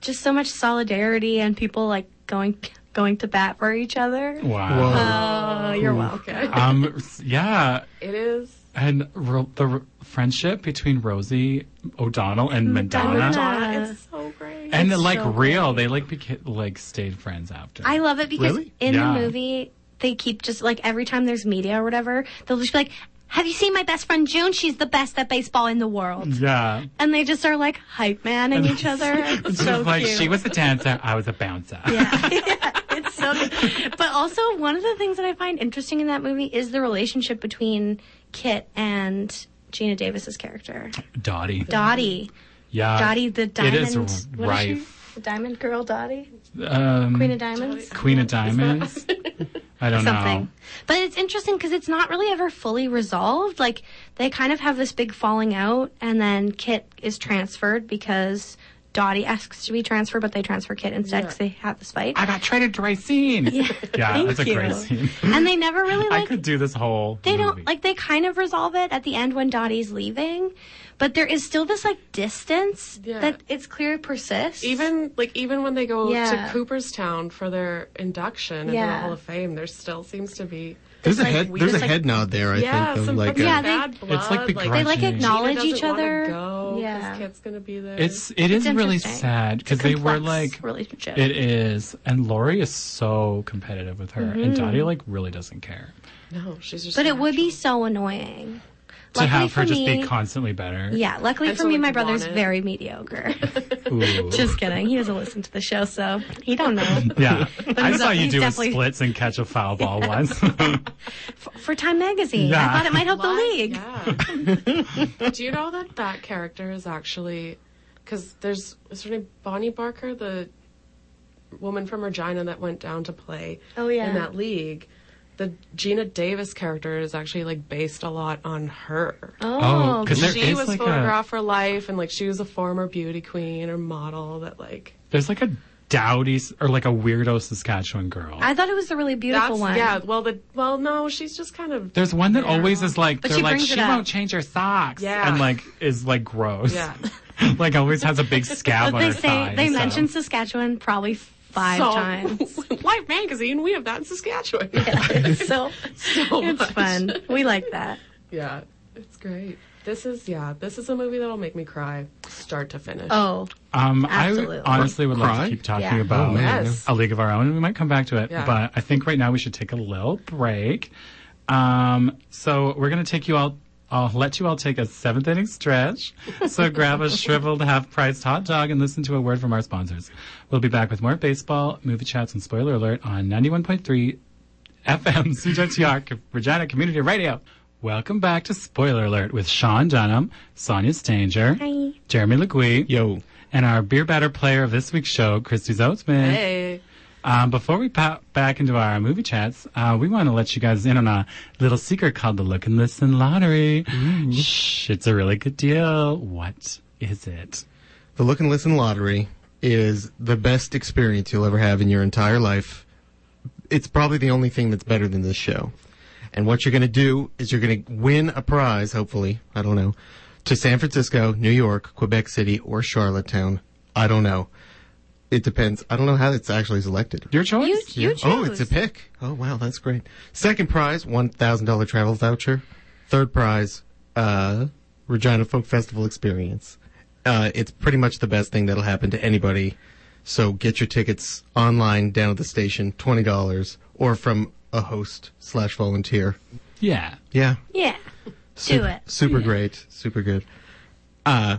S4: just so much solidarity and people like going going to bat for each other.
S1: Wow.
S3: Whoa.
S2: Uh,
S4: Oh, you're welcome.
S1: Um, s- yeah,
S2: it is.
S1: and ro- the r- friendship between Rosie O'Donnell and Madonna,
S4: Madonna.
S2: Donna, it's so great.
S1: and like
S4: so
S1: real, they like beca- like stayed friends after.
S4: I love it because
S3: Really?
S4: in
S1: Yeah.
S4: the movie they keep just like every time there's media or whatever, they'll just be like, "Have you seen my best friend June? She's the best at baseball in the world."
S1: yeah,
S4: And they just are like hype man and
S1: *laughs*
S4: each other. It's
S1: She
S4: so
S1: was like
S4: cute.
S1: she was a dancer, I was a bouncer.
S4: yeah. *laughs* Yeah, it's so good. But also one of the things that I find interesting in that movie is the relationship between Kit and Gina Davis's character.
S1: *laughs* Dottie.
S4: Dottie.
S1: yeah,
S4: Dottie the diamond
S1: It is
S4: what is she?
S1: rife.
S4: The diamond girl Dottie?
S1: Um,
S4: Queen of Diamonds?
S1: Queen of Diamonds. I don't
S4: something.
S1: know.
S4: But it's interesting because it's not really ever fully resolved. Like they kind of have this big falling out, and then Kit is transferred because Dottie asks to be transferred, but they transfer Kit instead because they have this fight.
S1: I got traded to Racine. Yeah,
S4: Thank
S1: that's a
S4: you.
S1: great scene.
S4: and they never really
S1: I
S4: like
S1: could do this whole.
S4: they
S1: movie.
S4: don't like they kind of resolve it at the end when Dottie's leaving, but there is still this like distance
S2: Yeah.
S4: that it's clear persists.
S2: Even like even when they go
S4: Yeah.
S2: to Cooperstown for their induction into
S4: Yeah.
S2: the Hall of Fame, there still seems to be
S3: There's a
S2: like
S3: head.
S2: weird-
S3: There's a
S2: it's like-
S3: head nod there. I
S2: yeah,
S3: think. Of,
S2: some
S3: like
S2: fucking
S4: Yeah,
S3: a,
S4: they-
S2: bad blood.
S1: It's like
S2: like,
S1: begrudging.
S4: they like
S1: Gina
S4: acknowledge each other.
S2: yeah,
S4: yeah,
S2: Kit's gonna be there.
S1: It's it is
S4: It's
S1: really
S4: interesting.
S1: sad because they were
S4: Complex
S1: like
S4: relationship.
S1: it is, and Lori is so competitive with her,
S4: Mm-hmm.
S1: and Dottie like really doesn't care
S2: no, she's just.
S4: but it would be so annoying.
S1: to
S4: Luckily
S1: have
S4: for
S1: her just
S4: me-
S1: be constantly better.
S4: Yeah, luckily
S2: And
S4: for
S2: so,
S4: me,
S2: like,
S4: my
S2: you
S4: brother's
S2: want it.
S4: very mediocre. *laughs*
S1: Ooh.
S4: Just kidding. He doesn't listen to the show, so he don't
S1: *laughs*
S4: know. *laughs*
S1: yeah. I
S4: he's-
S1: saw you
S4: he's
S1: do a
S4: definitely-
S1: splits and catch a foul
S4: *laughs*
S1: ball once. *laughs*
S4: For Time Magazine,
S1: Yeah.
S4: I thought it might help
S2: What?
S4: the league.
S2: Yeah. Do you know that that character is actually because there's is her name Bonnie Barker, the woman from Regina that went down to play.
S4: Oh, yeah.
S2: in that league. The Gina Davis character is actually like based a lot on her.
S1: Oh, 'cause there
S2: she
S1: is
S2: was
S1: like
S2: photographed for life, and like she was a former beauty queen or model that like
S1: a there's like a dowdy s- or like a weirdo Saskatchewan girl.
S4: I thought it was the really beautiful
S2: that's
S4: one.
S2: yeah. Well, the well, no, she's just kind of
S1: there's one that always is like
S4: But
S1: they're
S4: she
S1: like
S4: brings it
S1: she
S4: up.
S1: won't change her socks
S2: Yeah.
S1: and like is like gross.
S2: Yeah.
S1: *laughs* like always has a big
S4: But
S1: scab on
S4: they
S1: her
S4: say
S1: thigh.
S4: they
S1: so.
S4: mentioned Saskatchewan probably five
S2: so,
S4: times.
S2: Life magazine, we have that in Saskatchewan.
S4: so
S2: *laughs* so
S4: *laughs* it's
S2: much.
S4: fun. We like that.
S2: Yeah, it's great. This is yeah, this is a movie that'll make me cry start to finish.
S4: Oh,
S1: Um,
S4: Absolutely.
S1: I honestly would love
S3: Cry?
S1: to keep talking
S4: Yeah.
S1: about
S3: Oh, man.
S2: Yes.
S1: A League of Our Own. We might come back to it,
S2: Yeah.
S1: but I think right now we should take a little break. Um, so we're going to take you all. I'll let you all take a seventh inning stretch. So grab a shriveled half priced hot dog and listen to a word from our sponsors. We'll be back with more baseball, movie chats, and spoiler alert on 91.3 FM CJTR Co- Regina Community Radio. Welcome back to Spoiler Alert with Sean Dunham, Sonia Stanger,
S4: Hi.
S1: Jeremy Legui,
S3: yo.
S1: and our beer batter player of this week's show, Christy Zotzman.
S2: Hey.
S1: Um, before we pop back into our movie chats, uh, we want to let you guys in on a little secret called the Look and Listen Lottery. Shh, it's a really good deal. What is it?
S3: The Look and Listen Lottery is the best experience you'll ever have in your entire life. It's probably the only thing that's better than this show. And what you're going to do is you're going to win a prize, hopefully, I don't know, to San Francisco, New York, Quebec City, or Charlottetown. I don't know. It depends. I don't know how it's actually selected.
S1: Your choice?
S4: you you choose.
S3: Oh, it's a pick. Oh, wow, that's great. Second prize, $1,000 travel voucher. Third prize, uh, Regina Folk Festival experience. Uh, it's pretty much the best thing that'll happen to anybody. So get your tickets online down at the station, $20, or from a host slash volunteer.
S1: yeah.
S3: Yeah.
S4: yeah.
S3: Super,
S4: it.
S3: Super great. Super good. Uh,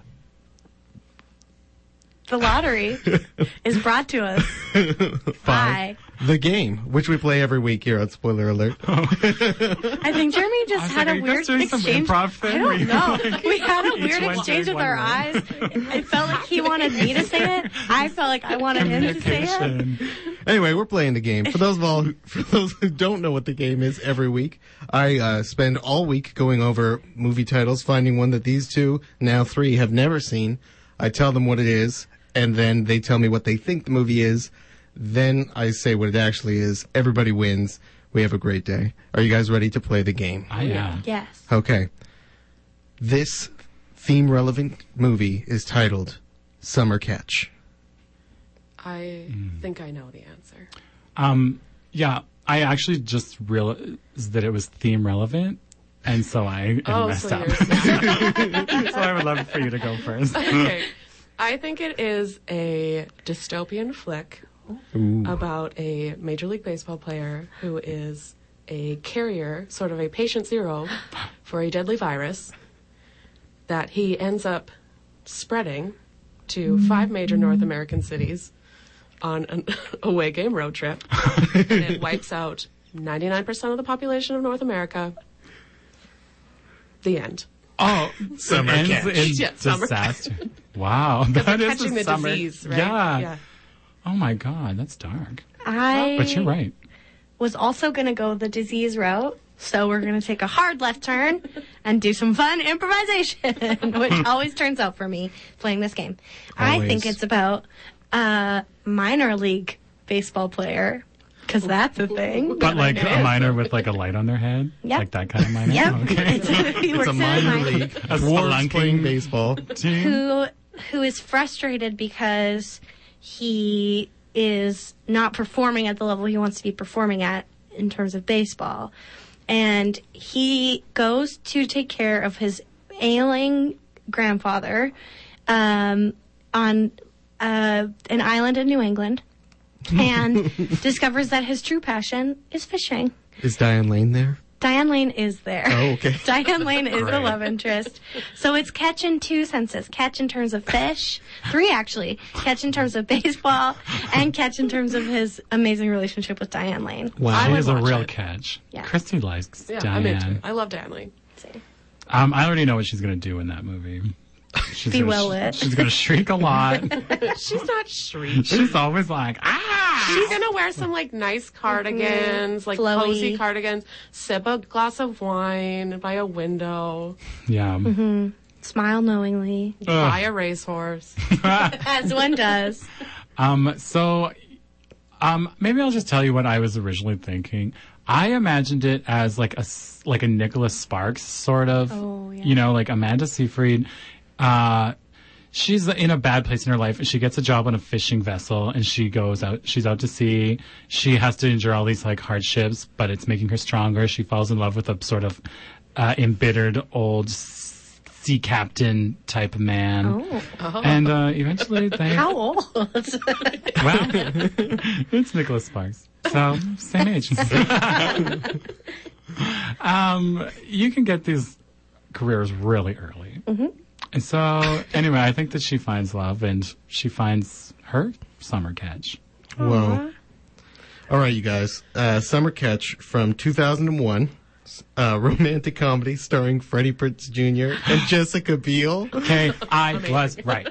S1: *laughs*
S4: the lottery is brought to us by.
S3: The game, which we play every week here at Spoiler Alert.
S4: I think Jeremy
S1: I
S4: just
S1: was like,
S4: had a
S1: are you guys
S4: weird
S1: doing some
S4: exchange.
S1: improv thing
S4: I
S1: where you,
S4: don't know.
S1: like,
S4: we had a
S1: each
S4: weird
S1: one
S4: exchange
S1: says
S4: with our
S1: one
S4: eyes.
S1: word?
S4: It felt like he wanted me to say it. I felt like I wanted him to say it.
S1: Communication. *laughs*
S3: Anyway, we're playing the game. For those of all, who, *laughs* for those who don't know what the game is, every week I uh, spend all week going over movie titles, finding one that these two, now three, have never seen. I tell them what it is, and then they tell me what they think the movie is. Then I say what it actually is. Everybody wins. We have a great day. Are you guys ready to play the game?
S1: I am.
S4: Yes.
S3: Okay. This theme relevant movie is titled Summer Catch.
S2: I
S1: Mm.
S2: think I know the answer.
S1: Um, yeah, I actually just realized that it was theme relevant, and so I am
S2: Oh,
S1: messed
S2: so
S1: up.
S2: you're
S1: *laughs*
S2: smart.
S1: so I would love for you to go first.
S2: okay. I think it is a dystopian flick about a Major League Baseball player who is a carrier, sort of a patient zero, for a deadly virus that he ends up spreading to five major North American cities on an *laughs* away game road trip. and it wipes out 99% of the population of North America. The end.
S1: *laughs* Oh,
S3: Summer
S1: ends
S3: Catch.
S1: in
S2: Yeah, summer
S1: disaster.
S2: *laughs*
S1: Wow, that is
S2: Catching
S1: a
S2: the
S1: summer.
S2: disease, right?
S1: Yeah. Oh my God, that's dark.
S4: I
S1: But you're right.
S4: was also going to go the disease route. So we're going to take a hard left turn and do some fun improvisation, *laughs* which always turns out for me playing this game. I
S3: Always.
S4: think it's about a minor league baseball player because that's a
S3: *laughs*
S4: thing.
S1: But like a miner with like a light on their head,
S4: Yep.
S1: like that kind of miner.
S4: Yep.
S1: Okay.
S4: *laughs* he
S3: It's
S4: works
S3: a
S4: in a
S3: minor
S4: minor
S3: league.
S1: A
S3: Dwarves
S1: spelunking.
S3: playing baseball.
S1: Team.
S4: who who is frustrated because he is not performing at the level he wants to be performing at in terms of baseball. And he goes to take care of his ailing grandfather um, on uh, an island in New England and discovers that his true passion is fishing.
S3: Is Diane Lane there?
S4: Diane Lane is there.
S3: Oh, okay.
S4: *laughs* Diane Lane is the
S3: Great.
S4: love interest. So it's catch in two senses. Catch in terms of fish, three actually. Catch in terms of baseball, and catch in terms of his amazing relationship with Diane Lane.
S2: I
S1: She
S2: would
S1: is a
S2: watch
S1: real
S2: it.
S1: catch.
S4: Yeah.
S1: Christy likes
S2: Yeah, I'm into it.
S1: Diane.
S2: I love Danley.
S1: Um, I already know what she's gonna do in that movie. She's
S4: Be
S1: gonna
S4: well
S1: sh-
S4: lit.
S1: She's gonna shriek a lot.
S2: She's not shriek.
S1: she's always like, ah.
S2: She's gonna wear some like nice cardigans, like
S4: Mm-hmm. Flowy.
S2: cozy cardigans. Sip a glass of wine by a window.
S1: Yeah.
S4: Smile knowingly,
S2: Buy a racehorse.
S4: as one does.
S1: Um, so, um, maybe I'll just tell you what I was originally thinking. I imagined it as like a s- like a Nicholas Sparks sort of,
S4: Oh, yeah.
S1: you know, like Amanda Seyfried. Uh, she's in a bad place in her life, and she gets a job on a fishing vessel, and she goes out. She's out to sea. She has to endure all these like hardships, but it's making her stronger. She falls in love with a sort of uh, embittered old s- sea captain type man,
S4: Oh,
S1: and uh, eventually they
S4: how old? *laughs*
S1: well, it's Nicholas Sparks. So, same age. um, you can get these careers really early. And so, anyway, I think that she finds love and she finds her summer catch.
S3: Whoa. All right, you guys. Uh, Summer Catch from 2001. Uh, *laughs* romantic comedy starring Freddie Prinze Jr. and Jessica Biel.
S1: Okay, I was right.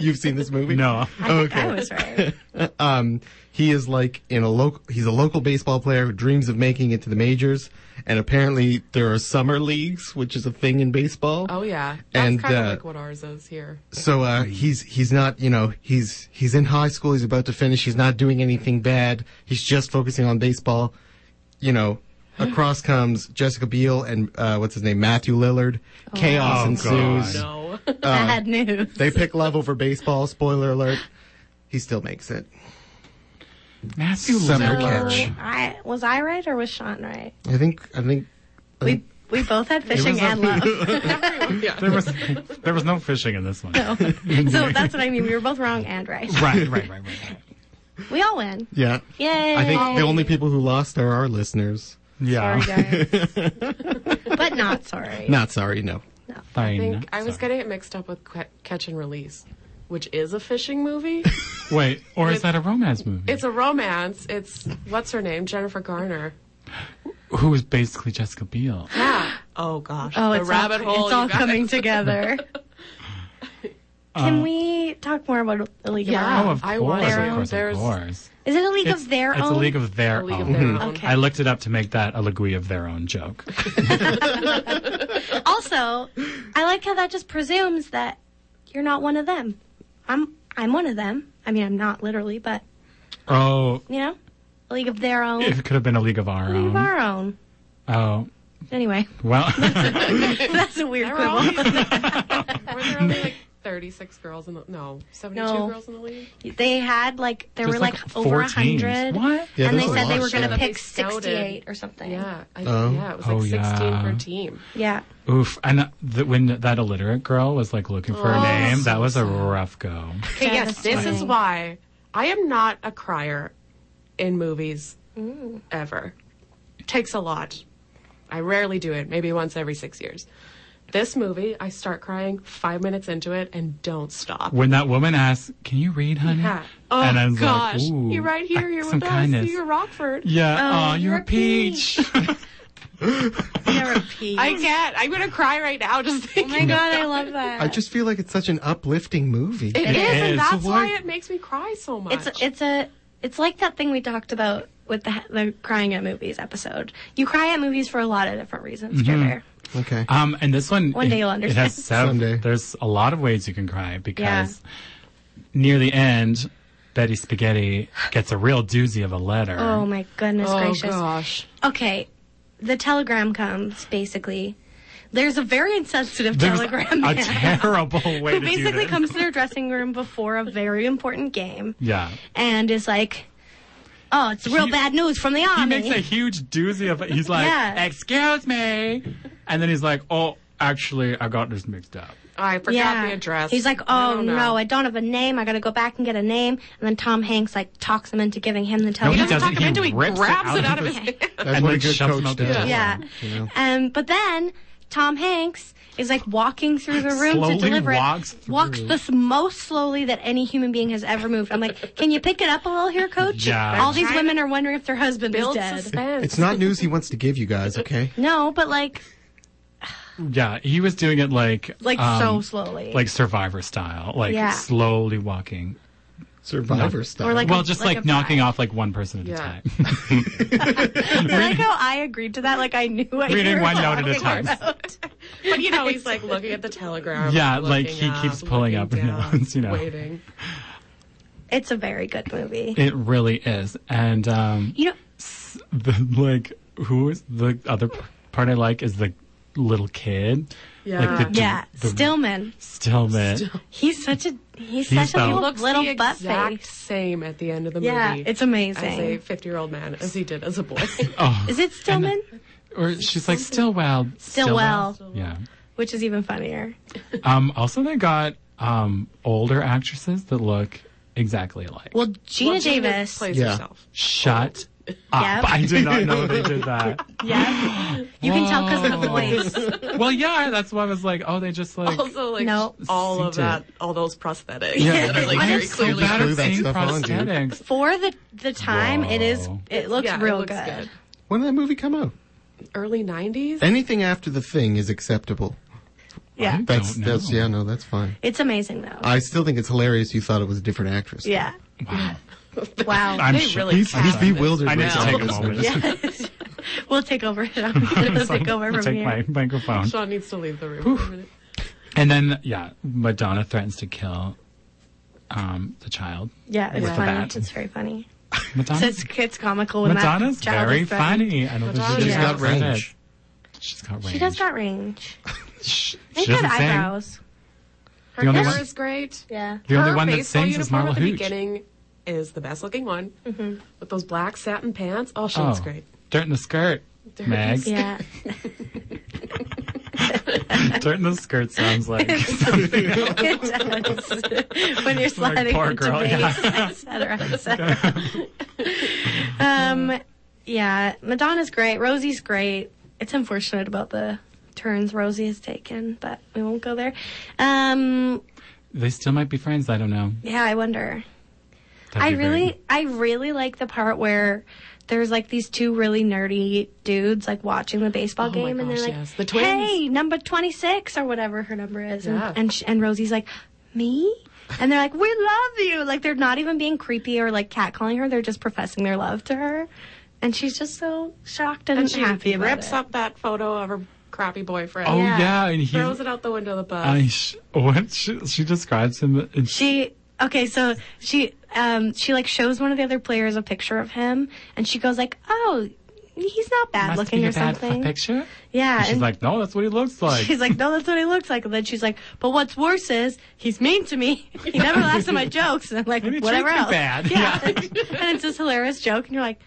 S3: You've seen this movie?
S1: No.
S4: I was
S3: *laughs*
S4: right.
S3: Um, he is like in a local. He's a local baseball player who dreams of making it to the majors, and apparently there are summer leagues, which is a thing in baseball.
S2: Oh yeah, that's
S3: And,
S2: kind of
S3: uh,
S2: like what ours is here.
S3: So uh, he's he's not you know he's he's in high school. He's about to finish. He's not doing anything bad. He's just focusing on baseball.
S1: *gasps*
S3: You know, across comes Jessica Biel and uh, what's his name Matthew Lillard. Chaos
S1: Oh,
S3: ensues.
S1: God.
S2: *laughs* No,
S4: Bad news.
S3: They pick love over baseball. Spoiler alert. He still makes it.
S1: Matthew
S3: Summer
S1: Lillard.
S3: catch.
S4: I was I right or was Sean right?
S3: I think I think
S4: We we both had fishing
S1: was a-
S4: and love,
S3: *laughs*
S1: There was, there was no fishing in this one.
S4: so that's what I mean. We were both wrong and right.
S1: Right, right, right, right. right.
S4: We all win.
S3: yeah.
S4: Yay!
S3: I think the only people who lost are our listeners. *laughs*
S1: Yeah.
S4: *laughs* Sorry,
S1: *laughs*
S4: guys. but not sorry.
S3: Not sorry, no.
S1: Sorry,
S2: I
S1: no. *laughs*
S2: think I was
S1: Sorry.
S2: getting it mixed up with qu- catch and release. which is a fishing movie.
S1: Wait, or is that a romance movie?
S2: it's a romance. It's what's her name, Jennifer
S4: *gasps*
S2: Garner.
S1: Who is basically Jessica Biel?
S2: Yeah. Oh gosh.
S4: Oh,
S2: the
S4: it's
S2: rabbit
S4: all,
S2: hole.
S4: It's all
S2: you guys.
S1: *laughs*
S4: coming together.
S1: Um,
S4: Can we talk more about a league of
S2: Yeah.
S4: our
S1: Oh,
S4: own?
S1: of
S2: I
S1: course,
S2: watched
S1: of
S2: it.
S1: course, of
S2: There's-
S1: course.
S4: Is it a league
S1: It's,
S4: of their
S1: it's
S4: own?
S1: a league of their
S2: A League of
S1: own.
S2: Their Own.
S4: Okay.
S1: I looked it up to make that a league of their own joke.
S4: *laughs* also, I like how that just presumes that you're not one of them. I'm I'm one of them. I mean, I'm not literally, but
S1: oh,
S4: you know, a league of their own,
S1: it could have been a league of our
S4: league
S1: own.
S4: of our own.
S1: Oh,
S4: Anyway, *laughs*
S1: well, *laughs*
S4: that's a weird
S2: There were,
S4: quibble.
S2: only, were there only like 36 girls in the no 72
S4: No.
S2: girls in the league?
S4: They had like there
S1: There's
S4: were
S1: like
S4: like,
S1: four
S4: over a
S1: teams.
S4: hundred,
S1: What?
S3: Yeah,
S4: and they
S3: there's a
S4: said they
S3: lot,
S4: were going to
S3: yeah.
S4: pick
S2: They scouted.
S4: sixty-eight or something.
S2: Yeah. I,
S3: Oh.
S2: Yeah. It was like
S1: Oh,
S2: 16
S1: yeah.
S2: per team.
S4: yeah.
S1: oof. And uh, the, when that illiterate girl was like looking for a
S2: Oh,
S1: name,
S2: so
S1: that was a rough go.
S2: Okay, yes, this is
S4: Devastating.
S2: why I am not a crier in movies Mm. ever. Takes a lot. I rarely do it, maybe once every six years. This movie, I start crying five minutes into it and don't stop.
S1: When that woman asks, "Can you read, honey?"
S2: Yeah. Oh
S1: and I was
S2: gosh,
S1: like, Ooh,
S2: you're right here.
S1: uh,
S2: You're
S1: some
S2: with
S1: kindness.
S2: us. You're Rockford.
S1: Yeah.
S4: Oh,
S1: Oh, you're,
S4: you're
S1: a
S4: a peach.
S1: peach.
S4: They're a piece.
S2: I can't. I'm gonna cry right now just
S4: oh
S2: thinking.
S4: my god, I love that.
S3: I just feel like it's such an uplifting movie.
S2: it is,
S1: is.
S2: and that's
S3: So
S2: why
S3: why-
S2: it makes me cry so much.
S4: it's it's a it's like that thing we talked about with the the crying at movies episode. You cry at movies for a lot of different
S1: Mm-hmm.
S4: reasons, Trevor.
S3: Okay.
S1: Um, and this one,
S4: One day
S1: it-
S4: you'll
S1: It
S4: understand.
S1: has sev-
S3: Someday.
S1: There's a lot of ways you can cry because near the end, Betty Spaghetti gets a real doozy of a letter.
S4: Oh my goodness
S2: oh
S4: gracious.
S2: gosh.
S4: Okay, the telegram comes basically. There's a very insensitive
S1: There's
S4: telegram *laughs*
S1: a
S4: man
S1: *laughs* terrible way
S4: who
S1: to do
S4: basically
S1: this.
S4: comes to their dressing room before a very important game
S1: yeah.
S4: and is like, "Oh, it's real
S1: He-
S4: bad news from the
S1: He
S4: army."
S1: makes a huge doozy of it. He's like,
S4: Yeah.
S1: "Excuse me," and then he's like, "Oh, actually, I got this mixed up."
S2: I forgot the address.
S4: He's like,
S2: I
S4: oh
S2: don't
S4: no, I don't have a name. I gotta go back and get a name. And then Tom Hanks like talks him into giving him
S1: No,
S4: the
S1: he
S4: telegram.
S1: doesn't.
S2: Talk him
S1: He
S2: into he
S1: rips
S2: grabs it out, of his
S1: hand.
S2: *laughs* hand.
S3: That's
S1: And
S3: what
S1: then
S3: a good
S1: shoves them
S3: coach
S1: out the
S3: does.
S1: door.
S4: yeah.
S3: You know?
S4: Um, but then Tom Hanks is like walking through the room
S1: Slowly
S4: to deliver
S1: walks
S4: it. Walks
S1: through.
S4: the s- most slowly that any human being has ever moved. I'm like, can you pick it up a little here, Coach?
S1: Yeah.
S4: All these women are wondering if their husband is
S2: Build
S4: dead.
S2: suspense.
S3: It's not news he wants to give you guys, okay?
S4: No, but like,
S1: Yeah, he was doing it like
S4: like
S1: um,
S4: so slowly.
S1: like Survivor style, like
S4: Yeah.
S1: slowly walking.
S3: Survivor
S1: No.
S3: stuff.
S4: Or like-
S1: well, just
S4: like
S1: like,
S4: a
S1: knocking
S4: pie.
S1: off like one person at a
S2: Yeah.
S1: time.
S4: I like how I agreed to that. Like I knew what you
S1: Reading
S4: were
S1: one note at a time.
S2: But you know, he's like looking at the telegram.
S1: Yeah, like,
S2: looking
S1: he keeps pulling
S2: looking
S1: up and
S2: down,
S1: notes, *laughs* you know.
S2: waiting.
S4: It's a very good movie.
S1: It really is. And um, *laughs*
S4: You know,
S1: the, like, who is the other p- part I like is the little kid.
S2: Yeah.
S1: Like the,
S4: yeah,
S1: the-
S4: Stillman.
S1: Stillman.
S4: He's such a he's,
S1: He's
S4: such a
S1: the-
S4: little,
S2: Looks
S4: little
S2: the
S4: butt
S2: exact
S4: face.
S2: same at the end of the
S4: Yeah,
S2: movie.
S4: it's
S2: as a
S4: amazing.
S2: fifty-year-old man as he did
S4: *laughs*
S2: as a boy.
S1: Oh,
S4: Is it Stillman?
S1: or she's like Stillwell.
S4: Stillwell.
S1: Yeah.
S4: Which is even funnier.
S1: Um, also, they got um, older actresses that look exactly alike.
S4: Well, Gina
S2: Well, Gina
S4: Davis. *gasps*
S2: plays
S3: Yeah.
S2: herself. *laughs*
S1: Shut up!
S4: Yep.
S1: I did not know they did that.
S4: Yeah, you can tell because of the voice.
S1: well, yeah, that's why I was like, oh, they just like
S2: Also, like
S4: No.
S2: all of
S1: Seated.
S2: that, all those prosthetics.
S1: Yeah.
S2: They're, *laughs* like
S4: But
S2: very
S4: it's so
S2: clearly.
S1: bad
S3: Glue
S1: at
S3: that
S1: saying
S3: stuff on, dude.
S1: prosthetics.
S4: For the the time, it is.
S1: Whoa.
S4: It looks
S2: yeah, it
S4: real
S2: looks
S4: good.
S2: good.
S3: when did that movie come out?
S2: Early '90s.
S3: Anything after the thing is acceptable.
S4: Yeah,
S1: Right?
S3: That's
S1: Don't
S3: that's
S1: know.
S3: yeah, no, that's fine.
S4: it's amazing though.
S3: I still think it's hilarious you thought it was a different actress.
S4: yeah.
S1: Wow.
S4: Wow.
S1: I'm
S2: They
S1: sure.
S2: really
S1: he's-
S2: cast
S1: he's
S3: He's
S2: I know.
S3: bewildered
S1: I need
S3: right
S1: to
S3: now.
S1: take a moment.
S4: Yes. we'll take
S1: *laughs*
S4: over. *laughs* Sean. We'll take over from
S1: take
S4: here.
S1: my microphone.
S2: Sean needs to leave the room. For a minute.
S1: And then, yeah, Madonna threatens to kill um, the child.
S4: Yeah, it's
S1: the
S4: funny.
S1: bat.
S4: It's very funny. So
S1: Madonna's,
S4: it's, it's comical when
S1: Madonna's
S4: that child
S1: very
S4: is threatened.
S1: funny. I don't think she
S2: Madonna She's
S1: deserves
S3: got range.
S1: it. She's got range.
S4: She does got range.
S1: She,
S4: They've
S1: doesn't
S4: got
S1: sing.
S4: eyebrows.
S2: Her
S1: The only
S2: hair
S1: one-
S2: is great.
S4: Yeah.
S1: The only
S2: Her
S1: one that
S2: baseball
S1: sings is
S2: uniform
S1: Marla
S2: at the
S1: Hooch.
S2: beginning is the best looking one with those black satin pants. Oh, she looks
S1: Oh,
S2: great.
S1: Dirt in the skirt.
S2: Dirt in
S1: Meg. *laughs*
S4: Yeah.
S1: Dirt in the skirt sounds like
S4: it does. when you're sliding
S1: poor
S4: into
S1: girl,
S4: base,
S1: yeah.
S4: et cetera, et cetera. um, yeah, Madonna's great. Rosie's great. It's unfortunate about the turns Rosie has taken, but we won't go there. Um,
S1: They still might be friends. I don't know.
S4: Yeah, I wonder.
S1: That'd
S4: I
S1: be very-
S4: really, I really like the part where there's like these two really nerdy dudes like watching the baseball
S2: Oh my
S4: game, and they're
S2: gosh,
S4: like,
S2: yes. The twins.
S4: "Hey, number twenty six or whatever her number is,"
S2: Yeah.
S4: and and, sh- and Rosie's like, "Me." And they're like, we love you. Like, they're not even being creepy or like catcalling her. They're just professing their love to her. And she's just so shocked and,
S2: And she
S4: happy about
S2: rips
S4: it.
S2: up that photo of her crappy boyfriend.
S1: Oh yeah,
S4: Yeah.
S1: and he.
S2: Throws it out the window of the bus.
S1: I sh- what she, she describes him. And
S4: She okay, so she um she like shows one of the other players a picture of him, and she goes like, "Oh, he's not bad
S1: must
S4: looking
S1: be a
S4: or
S1: bad f-
S4: something."
S1: picture.
S4: Yeah,
S1: And she's
S4: and
S1: like, no, that's what he looks like.
S4: she's like, "No, that's what he looks like." And then she's like, "But what's worse is he's mean to me. He never laughs
S1: *laughs*
S4: at my jokes." And I'm like,
S1: And he
S4: "Whatever
S1: treats me
S4: else."
S1: bad. Yeah.
S4: Yeah, *laughs* and it's this hilarious joke, and you're like,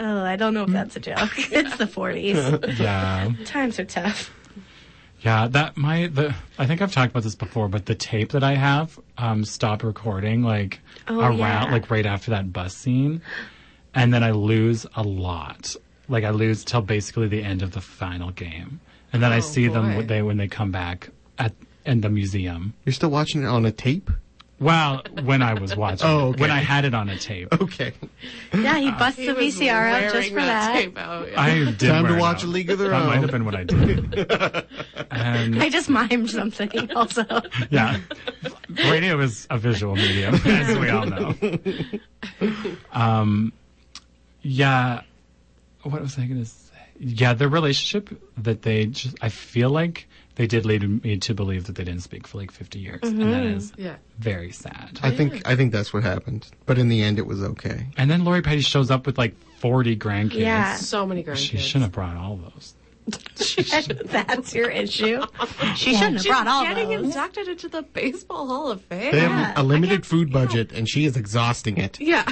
S4: "Oh, I don't know if that's a joke. *laughs* It's
S1: *laughs*
S4: the '40s.
S1: yeah.
S4: Times are tough."
S1: Yeah, that my the I think I've talked about this before, but the tape that I have um stopped recording like
S4: Oh,
S1: around
S4: yeah.
S1: like right after that bus scene. And then I lose a lot. Like I lose till basically the end of the final game. And then I
S2: Oh,
S1: see them
S2: boy.
S1: when they when they come back at in the museum.
S3: You're still watching it on a tape? *laughs*
S1: Well, when I was watching,
S3: Oh,
S1: it,
S3: okay.
S1: when I had it on a tape,
S3: Okay.
S4: Yeah, he busts
S2: He
S4: the
S2: was
S4: VCR out just
S2: wearing
S4: for that.
S2: tape out, yeah.
S1: I did
S3: *laughs* Time to
S1: wear it
S3: watch
S1: out.
S3: A League of Their
S1: That might
S3: Own.
S1: have been what I did.
S3: *laughs*
S1: and
S4: *laughs* I just mimed something *laughs*
S1: *laughs*
S4: also.
S1: yeah. Radio is a visual medium, *laughs* as we all know. Um, yeah. What was I going to say? Yeah, their relationship that they just, I feel like they did lead me to believe that they didn't speak for like 50 years. And that is
S2: Mm-hmm. Yeah.
S1: very sad.
S3: I think I think that's what happened. But in the end, it was okay.
S1: and then Lori Petty shows up with like 40 grandkids.
S4: Yeah.
S2: So many grandkids.
S1: She shouldn't have brought all those.
S4: That's your issue. She shouldn't have
S2: She's
S4: brought all
S2: getting
S4: those.
S2: inducted into the Baseball Hall of Fame.
S3: They
S4: Yeah.
S3: have a limited food budget, and she is exhausting
S2: *laughs*
S3: it.
S2: Yeah.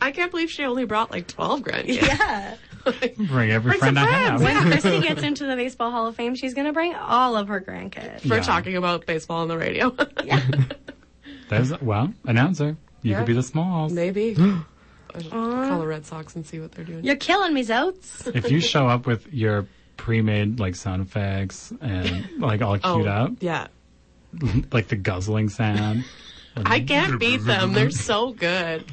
S2: I can't believe she only brought like 12 grandkids.
S4: *laughs* Yeah.
S1: Bring every
S2: Bring
S1: friend
S2: some
S1: I have.
S2: friends,
S4: When Christy gets into the Baseball Hall of Fame, she's going to bring all of her
S1: *laughs*
S4: grandkids.
S2: We're
S1: Yeah.
S2: talking about baseball on the radio. *laughs*
S1: There's, well, announcer, you
S2: Yeah.
S1: could be the smalls.
S2: *gasps* Maybe. Uh, I'll call the Red Sox and see what they're doing.
S4: You're killing me, Zotes.
S1: if you show up with your pre-made like sound effects and like all
S2: Oh.
S1: queued up,
S2: yeah.
S1: like the guzzling sound.
S2: I can't beat them. They're so good.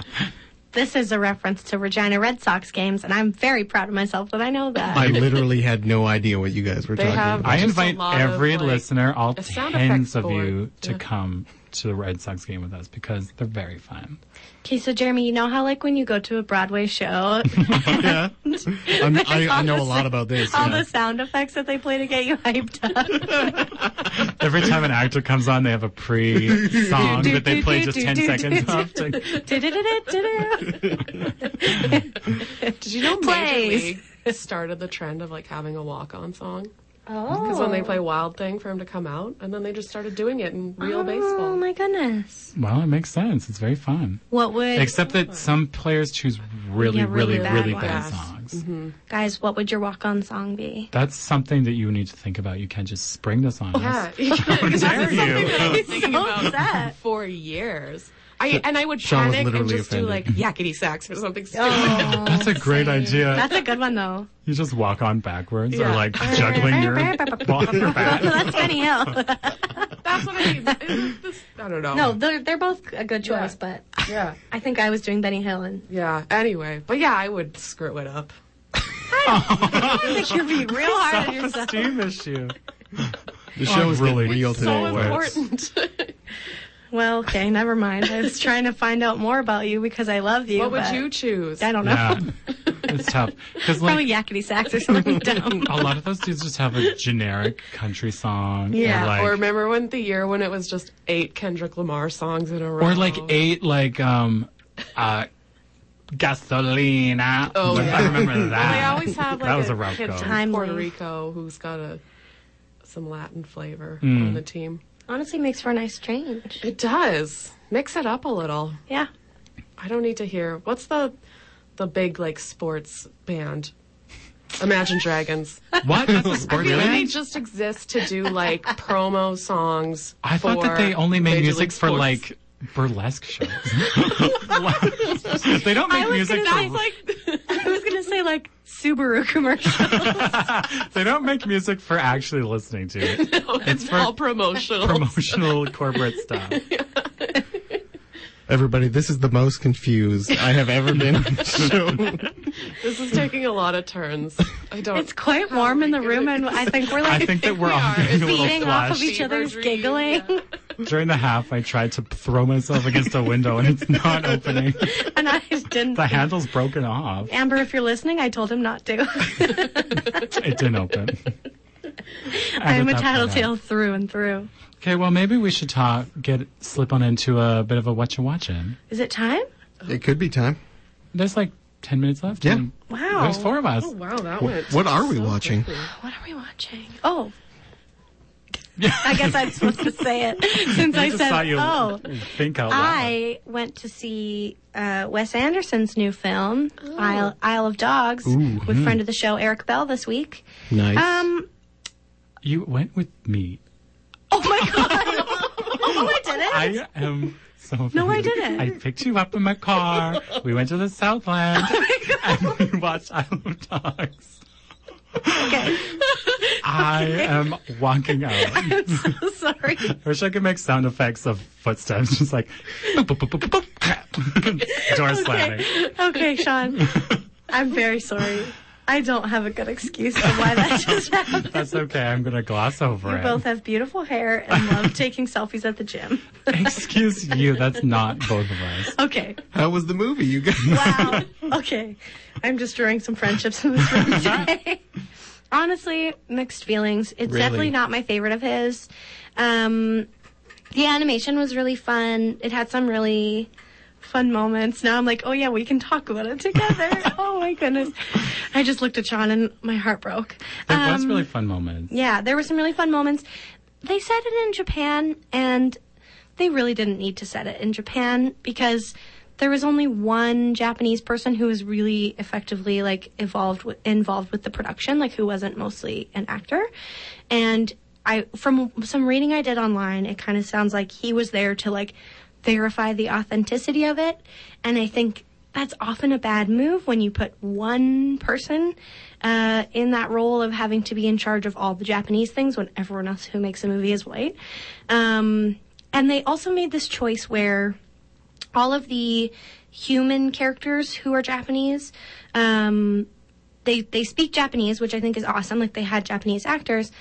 S4: This is a reference to Regina Red Sox games, and I'm very proud of myself that I know that.
S3: I literally had no idea what you guys were
S2: They
S3: talking
S2: have-
S1: I
S3: about.
S2: Just a
S1: invite
S2: lot of,
S1: every
S2: like,
S1: listener, all
S2: a sound
S1: tens
S2: effects
S1: of you,
S2: board.
S1: to
S2: Yeah.
S1: come to the Red Sox game with us because they're very fun.
S4: Okay, so Jeremy, you know how like when you go to a
S2: *laughs*
S4: Broadway show,
S3: yeah. I'm, I, I know a lot about this.
S4: all
S3: yeah.
S4: the sound effects that they play to get you hyped
S2: *laughs*
S4: up.
S1: Every time an actor comes on, they have a pre-song that they play just ten seconds of. To,
S4: Du-du-du-du-du.
S2: Did you know
S4: Plays.
S2: Major League started the trend of like having a walk-on song?
S4: *laughs* oh,
S2: Because when they play Wild Thing for him to come out, and then they just started doing it in real
S4: oh
S2: baseball.
S4: my goodness,
S1: well, it makes sense. It's very fun.
S4: what would
S1: Except that some players choose really,
S4: Yeah,
S1: really,
S4: really
S1: really bad,
S4: bad
S2: ones. Mm-hmm.
S1: songs.
S4: guys? What would your walk-on song be?
S1: That's something that you need to think about. You can't just spring this on us.
S2: Yeah, *laughs* How
S1: dare you.
S2: *laughs* Thinking
S4: *laughs* so
S2: about *laughs*
S4: upset.
S2: for years. I and I would
S3: Sean was
S2: panic and
S3: literally
S2: just do like
S3: offended.
S2: yakety sax or *laughs* something stupid.
S1: That's a great idea.
S4: Oh. That's a good one though. *laughs*
S1: You just walk on backwards or
S2: Yeah.
S1: like juggling your *laughs* ball on your
S4: *laughs*
S1: back.
S4: That's Benny
S2: *laughs*
S4: Hill.
S2: That's what I mean. Isn't this- I don't know.
S4: No, they're they're both a good choice, but
S2: Yeah.
S4: I think I was doing Benny
S2: *laughs*
S4: Hill and
S2: Yeah. Anyway, but yeah, I would screw it up. *laughs*
S4: I think you'd be real hard on yourself.
S1: Self-esteem issue.
S3: the show is
S1: Really.
S3: really real
S1: It's
S3: today.
S2: So
S3: but-
S2: important.
S4: Well, okay, never mind. I was trying to find out more about you because I love you.
S2: what would
S4: but
S2: you choose?
S4: I don't know.
S1: Yeah, it's tough because
S4: *laughs* Probably
S1: like
S4: yakety sax or something *laughs* dumb.
S1: a lot of those dudes just have a generic country song.
S4: Yeah.
S1: or like,
S2: or
S1: or,
S2: remember when the year when it was just eight Kendrick Lamar songs in a row?
S1: like eight like um uh gasolina.
S2: *laughs* Oh,
S1: Like, I
S2: yeah.
S1: remember that.
S2: They always have like
S1: Ah. *laughs* That was a rough
S2: kid
S1: go.
S2: from Puerto
S4: Timely.
S2: Rico who's got a some Latin flavor
S1: Hmm.
S2: on the team.
S4: Honestly, makes for a nice change.
S2: It does mix it up a little.
S4: Yeah.
S2: I don't need to hear what's the the big like sports band. Imagine
S1: *laughs*
S2: Dragons.
S1: what? That's a sports
S2: Really? They
S1: band?
S2: just exist to do like promo songs.
S1: I thought that
S2: for
S1: they only made
S2: Major
S1: music
S2: League
S1: for
S2: Sports. *laughs*
S1: like burlesque shows. *laughs* they don't make
S4: was
S1: music
S4: gonna
S1: for
S2: *laughs*
S4: say, I was gonna say like Subaru commercial.
S1: *laughs* They don't make music for actually listening to
S4: *laughs*
S1: it. it's for
S2: all promotional.
S1: promotional corporate
S4: *laughs*
S1: stuff.
S3: Everybody, this is the most confused I have ever
S2: *laughs*
S3: been *laughs* on the show.
S2: this is taking a lot of turns. I don't.
S4: it's quite warm
S2: Oh
S4: in the room, and I think we're
S1: I
S4: like
S1: think that
S4: *laughs*
S1: we're all
S2: are.
S1: getting a little
S4: feeding off of
S1: flash.
S4: each other's
S2: Fever dream,
S4: giggling.
S1: During the half, I tried to throw myself against a window and it's
S4: *laughs*
S1: not opening.
S4: And I didn't.
S1: The handle's broken off.
S4: Amber, if you're listening, I told him not to.
S1: It didn't
S4: *laughs*
S1: open.
S4: I'm a
S1: Edit that part out.
S4: tattletale through and through.
S1: Okay, well maybe we should talk. Get slip on into a bit of a what you watching.
S4: Is it time?
S3: it could be time.
S1: There's like ten minutes left.
S3: Yeah.
S1: and
S4: Wow.
S1: There's four of us.
S2: Oh, wow, that went.
S3: What are we watching?
S4: What are we watching?
S1: *laughs*
S4: Oh. I guess I'm supposed to
S1: *laughs*
S4: say it since
S1: I
S4: I
S1: just
S4: said,
S1: saw you
S4: oh.
S1: think out loud.
S4: I went to see uh, Wes Anderson's new film,
S1: Oh.
S4: Isle, Isle of Dogs, with
S1: hmm.
S4: friend of the show Eric Bell this week.
S3: Nice.
S4: Um,
S1: You went with me.
S4: oh my god! oh, I did it.
S1: I am so.
S4: No, I
S1: offended.
S4: didn't.
S1: I picked you up in my car. We went to the Southland
S4: Oh
S1: *laughs* and we watched Isle of Dogs.
S4: Okay,
S1: *laughs* I am walking out.
S4: *laughs* I'm so sorry.
S1: I wish I could make sound effects of footsteps, just like boop, boop, boop, boop, boop, boop, door slamming.
S4: Okay,
S1: *laughs*
S4: okay, Sean. I'm very sorry. I don't have a good excuse for
S1: *laughs*
S4: why that just happened.
S1: That's okay. I'm gonna gloss over
S4: You
S1: it.
S4: both have beautiful hair and
S1: *laughs*
S4: love taking selfies at the gym. *laughs*
S1: Excuse you. That's not both of us.
S4: Okay.
S3: How was the movie, you guys? *laughs*
S1: *laughs*
S4: Wow. okay. I'm destroying some friendships in this room today. *laughs* Honestly, mixed feelings. It's
S3: Really?
S4: definitely not my favorite of his. Um, the animation was really fun. It had some really fun moments. Now I'm like, oh yeah, we can talk about it
S1: *laughs*
S4: together. oh my goodness. I just looked at Sean and my heart broke.
S1: There was
S4: Um,
S1: really fun moments.
S4: yeah, there were some really fun moments. They said it in Japan, and they really didn't need to set it in Japan because there was only one Japanese person who was really effectively like evolved with, involved with the production, like who wasn't mostly an actor. And I, from some reading I did online, it kind of sounds like he was there to like verify the authenticity of it. And I think that's often a bad move when you put one person uh, in that role of having to be in charge of all the Japanese things when everyone else who makes a movie is white. Um, and they also made this choice where all of the human characters who are Japanese, um, they they speak Japanese, which I think is awesome. Like they had Japanese actors,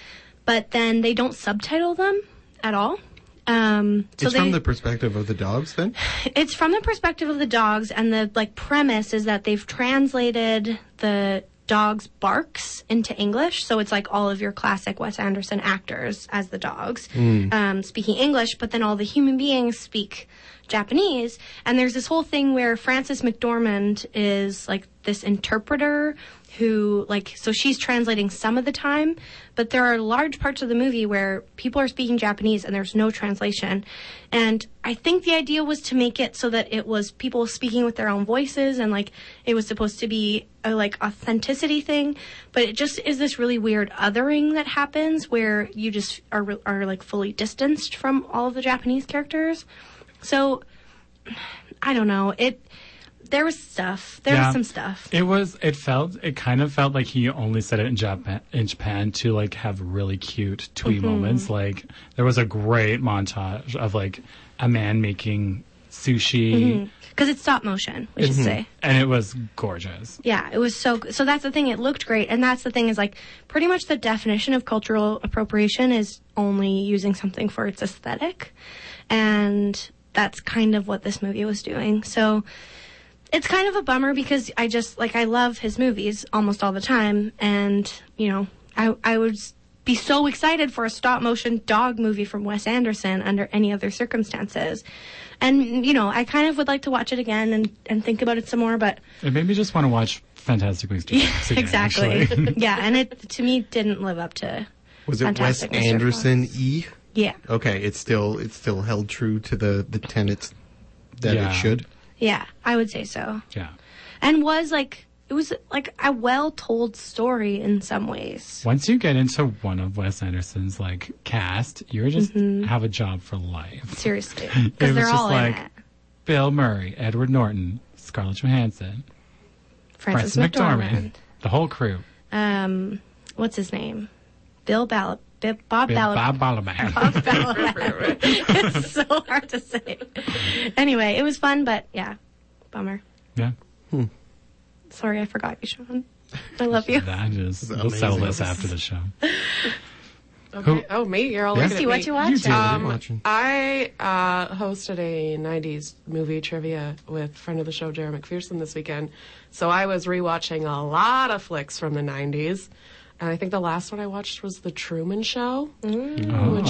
S4: but then they don't subtitle them at all. Um, so
S3: it's
S4: they,
S3: from the perspective of the dogs, then?
S4: it's from the perspective of the dogs and the like premise is that they've translated the dogs barks into english so it's like all of your classic wes anderson actors as the dogs um, speaking english but then all the human beings speak japanese and there's this whole thing where frances mcdormand is like this interpreter who like so she's translating some of the time but there are large parts of the movie where people are speaking japanese and there's no translation and i think the idea was to make it so that it was people speaking with their own voices and like it was supposed to be a like authenticity thing but it just is this really weird othering that happens where you just are re- are like fully distanced from all of the japanese characters so i don't know it there was stuff there
S1: Yeah.
S4: was some stuff
S1: It was. It felt. It kind of felt like he only said it in Japan, in Japan to like have really cute twee
S4: Mm-hmm.
S1: moments. Like there was a great montage of like a man making sushi,
S4: because it's stop motion we should Mm-hmm.
S1: Mm-hmm.
S4: say
S1: and it was gorgeous.
S4: Yeah, it was so. So that's the thing. It looked great, and that's the thing is like pretty much the definition of cultural appropriation is only using something for its aesthetic, and that's kind of what this movie was doing. So it's kind of a bummer because I just like I love his movies almost all the time, and you know I I would s- be so excited for a stop motion dog movie from Wes Anderson under any other circumstances, and you know I kind of would like to watch it again and and think about it some more, but.
S1: It made me just want to watch Fantastic Mr. Fox again,
S4: *laughs* Exactly.
S1: actually. *laughs*
S4: yeah, and it to me didn't live up to.
S3: Was it
S4: Fantastic
S3: Wes
S4: Mr.
S3: Anderson
S4: Fox.
S3: E?
S4: Yeah,
S3: Okay, it's still it's still held true to the the tenets that
S1: Yeah.
S3: it should.
S4: yeah, I would say so.
S1: yeah.
S4: And was like it was like a well told story in some ways.
S1: Once you get into one of Wes Anderson's like cast, you're just have a job for life.
S4: Seriously,
S1: *laughs* It was
S4: because Mm-hmm. they're
S1: just
S4: all
S1: like
S4: in it.
S1: Bill Murray, Edward Norton, Scarlett Johansson.
S4: Frances
S1: Frances McDormand.
S4: McDormand.
S1: The whole crew.
S4: Um, what's his name? Bill Ballab. Bob
S1: We
S4: Ballab.
S1: have
S4: *laughs*
S1: Bob
S2: *laughs*
S1: Balaban. *laughs*
S4: it's so hard to say. Anyway, it was fun, but yeah, bummer.
S1: Yeah.
S4: Sorry, I forgot you, Sean. I love
S1: *laughs*
S4: you.
S1: That is.
S3: is
S1: We'll settle
S3: amazing.
S1: this after the
S2: *laughs*
S1: show.
S2: Okay. Oh, me? You're all
S3: Yeah.
S2: looking at
S4: See what
S2: me.
S4: you watch. Um,
S1: You do.
S3: I'm watching.
S2: I uh, hosted a 90s movie trivia with friend of the show, Jared McPherson, this weekend. So I was rewatching a lot of flicks from the 90s. And I think the last one I watched was The Truman Show, which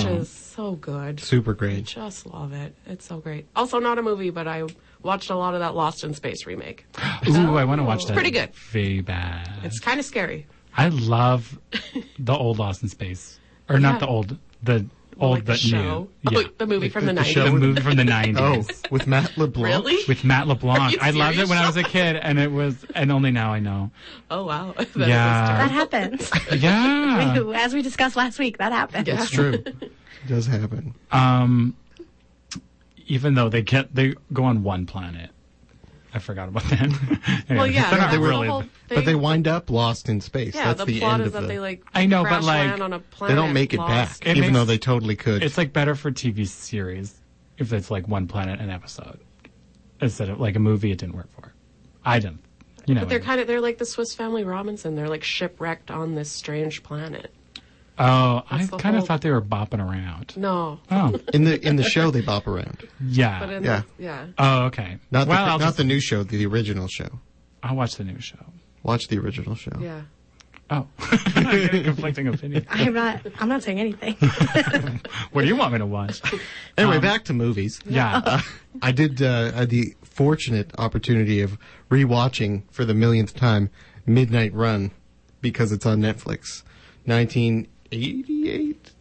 S3: Oh.
S2: is so good.
S3: Super great.
S2: Just love it. It's so great. Also, not a movie, but I watched a lot of that Lost in Space remake.
S1: Ooh, I want to watch that.
S2: pretty good.
S1: Very bad.
S2: It's kind of scary.
S1: I love the old Lost in Space, or not
S2: Yeah.
S1: the old, the old
S2: like
S1: but
S2: the show.
S1: new.
S2: Oh,
S1: Yeah.
S2: the movie from the,
S3: The
S2: 90s.
S3: show
S1: the movie from the *laughs*
S3: Oh,
S1: nineties
S3: with Matt LeBlanc.
S2: *laughs* Really?
S1: with Matt LeBlanc.
S2: you
S1: I loved it
S2: serious?
S1: when I was a kid, and it was, and only now I know.
S2: Oh, wow. *laughs* That was
S1: Yeah.
S2: terrible.
S4: That
S2: *laughs*
S4: happens.
S1: Yeah.
S4: As we discussed last week, that happened.
S3: It's true. it does happen.
S1: um, even though they get they go on one planet, I forgot about that. *laughs* Anyway,
S2: Well, yeah,
S1: they're not
S2: that's the
S1: really.
S2: whole
S3: But they
S2: thing.
S3: wind up lost in space.
S2: Yeah,
S3: That's
S2: the,
S3: the,
S2: plot
S3: end
S2: is
S3: of
S2: that
S3: the.
S2: they like
S1: I know, but,
S2: crash
S1: like,
S2: land on a
S3: they
S2: planet.
S3: don't make it
S2: lost.
S3: back,
S1: It
S3: even
S1: makes-
S3: though they totally could.
S1: it's like better for TV series if it's like one planet an episode instead of like a movie. It didn't work for. I didn't. You know.
S2: But they're kind of they're like the Swiss Family Robinson. They're like shipwrecked on this strange planet.
S1: Oh, I
S2: That's the
S1: kind of
S2: whole-
S1: thought they were bopping
S2: *laughs*
S1: around.
S2: No,
S1: Oh,
S3: in the in the show they bop around.
S1: yeah.
S2: but in
S3: Yeah.
S2: The, yeah,
S1: oh, okay.
S3: Not
S1: well,
S3: the,
S1: I'll,
S3: not
S1: just,
S3: the new show, the original show.
S1: I'll watch the new show.
S3: Watch the original show.
S2: yeah.
S1: Oh, *laughs* I'm getting conflicting opinions.
S4: *laughs* I'm not. I'm not
S3: *laughs*
S4: saying anything.
S1: What do you want me to
S2: *laughs*
S1: watch?
S3: Anyway, back to movies.
S1: Yeah.
S3: I did uh, I had the fortunate opportunity of rewatching for the millionth time Midnight Run because it's on Netflix. 1988,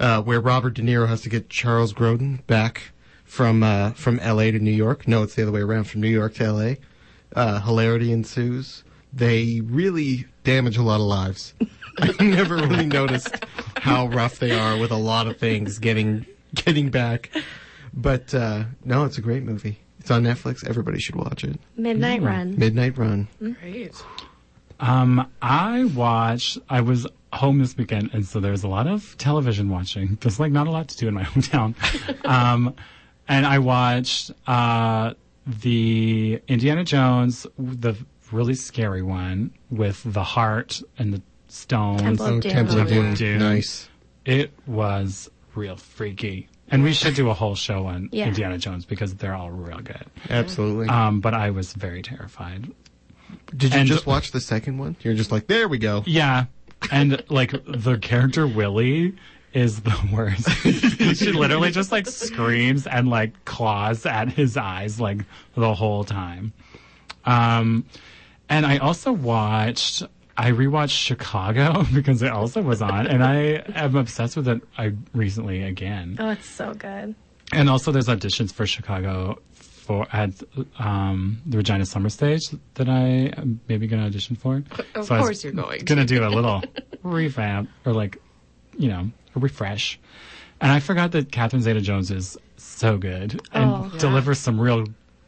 S3: uh, where Robert De Niro has to get Charles Grodin back from uh, from L.A. to New York. No, it's the other way around, from New York to L.A. Uh, hilarity ensues. They really damage a lot of lives. *laughs* I never really noticed how rough they are with a lot of things getting getting back. But uh, no, it's a great movie. It's on Netflix. Everybody should watch it.
S4: Midnight Run.
S3: Midnight Run.
S2: Mm-hmm. Great.
S1: um, I watched. I was home this weekend, and so there was a lot of television watching. There's like not a lot to do in my *laughs* hometown. um, and I watched uh, the Indiana Jones, the really scary one with the heart and the stones.
S4: Temple of
S3: Oh,
S4: Doom.
S3: Temple of Doom.
S1: Doom.
S3: Nice.
S1: It was real freaky. And we should do a whole show on
S4: Yeah.
S1: Indiana Jones because they're all real good.
S3: Absolutely.
S1: Um, but I was very terrified.
S3: Did you
S1: and-
S3: just watch the second one? You're just like, there we go.
S1: Yeah. And like the character Willie is the worst. *laughs* she literally just like screams and like claws at his eyes like the whole time. Um, and I also watched, I rewatched Chicago *laughs* because it also was on and I am obsessed with it. I recently again.
S4: Oh, it's so good.
S1: And also, there's auditions for Chicago for at um, the Regina Summer Stage that I am maybe going to audition for.
S2: Of
S1: I was
S2: course you're going.
S1: Gonna do a little *laughs* revamp or like, you know, a refresh. And I forgot that Catherine Zeta-Jones is so good and
S4: Oh. Yeah.
S1: delivers some real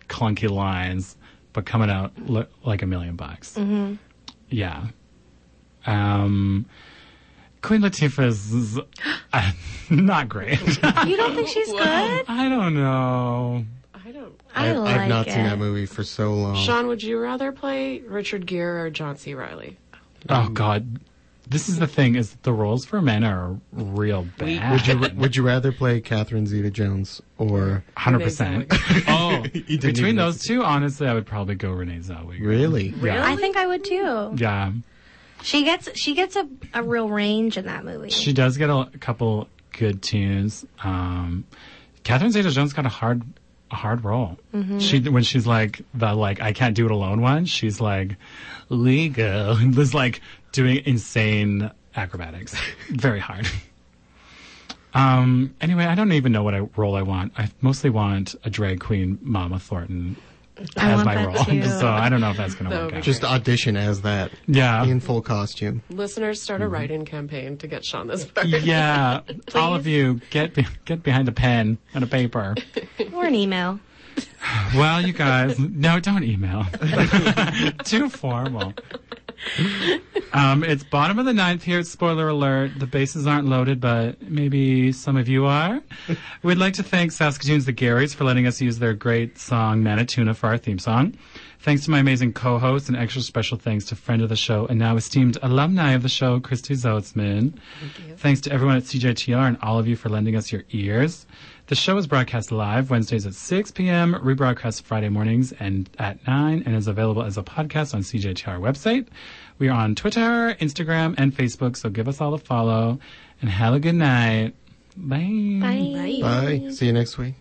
S1: clunky lines, but coming out lo- like a million bucks.
S2: Mm-hmm.
S1: Yeah. Um, Queen Latifah's *laughs* uh, not great.
S4: You don't think she's good?
S1: I don't know.
S2: I don't.
S4: I
S3: I've,
S4: like
S3: I've not
S4: it.
S3: seen that movie for so long.
S2: Sean, would you rather play Richard Gere or John C. Riley?
S1: Oh God, this is the thing: is the roles for men are real bad.
S3: *laughs* Would you would you rather play Catherine Zeta-Jones or
S1: Hundred percent. *laughs* Oh, between
S3: even
S1: those two, honestly, I would probably go Renee Zellweger.
S3: really?
S1: Yeah.
S4: I think I would too.
S1: Yeah,
S4: She gets she gets a, a real range in that movie.
S1: she does get a, couple good tunes. Um, Catherine Zeta-Jones got a hard, a hard role.
S4: Mm-hmm.
S1: She when she's like the like I can't do it alone one. She's like legal *laughs* and was like doing insane acrobatics, *laughs* very hard. Um. Anyway, I don't even know what I, role I want. I mostly want a drag queen, Mama Thornton,
S4: I
S1: as
S4: want
S1: my
S4: that
S1: role.
S4: too.
S1: *laughs* So I don't know if that's gonna
S2: That would
S1: work
S2: be
S1: out.
S3: Just audition as that
S1: yeah.
S3: in full costume.
S2: Listeners, start
S3: Mm-hmm.
S2: a write-in campaign to get Sean this part.
S1: yeah, all of you get be- get behind a pen and a paper.
S4: or an email.
S1: *laughs* Well, you guys, no, don't email. Too formal. Um, it's bottom of the ninth here. Spoiler alert. The bases aren't loaded, but maybe some of you are. We'd like to thank Saskatoon's The Garys for letting us use their great song Manituna for our theme song. Thanks to my amazing co-host and extra special thanks to friend of the show and now esteemed alumni of the show, Christy Zoetzman. Thank you. Thanks to everyone at CJTR and all of you for lending us your ears. The show is broadcast live Wednesdays at 6 p.m., rebroadcast Friday mornings and at 9, and is available as a podcast on CJTR website. We are on Twitter, Instagram, and Facebook, so give us all a follow and have a good night. Bye.
S4: Bye.
S3: Bye. See you next week.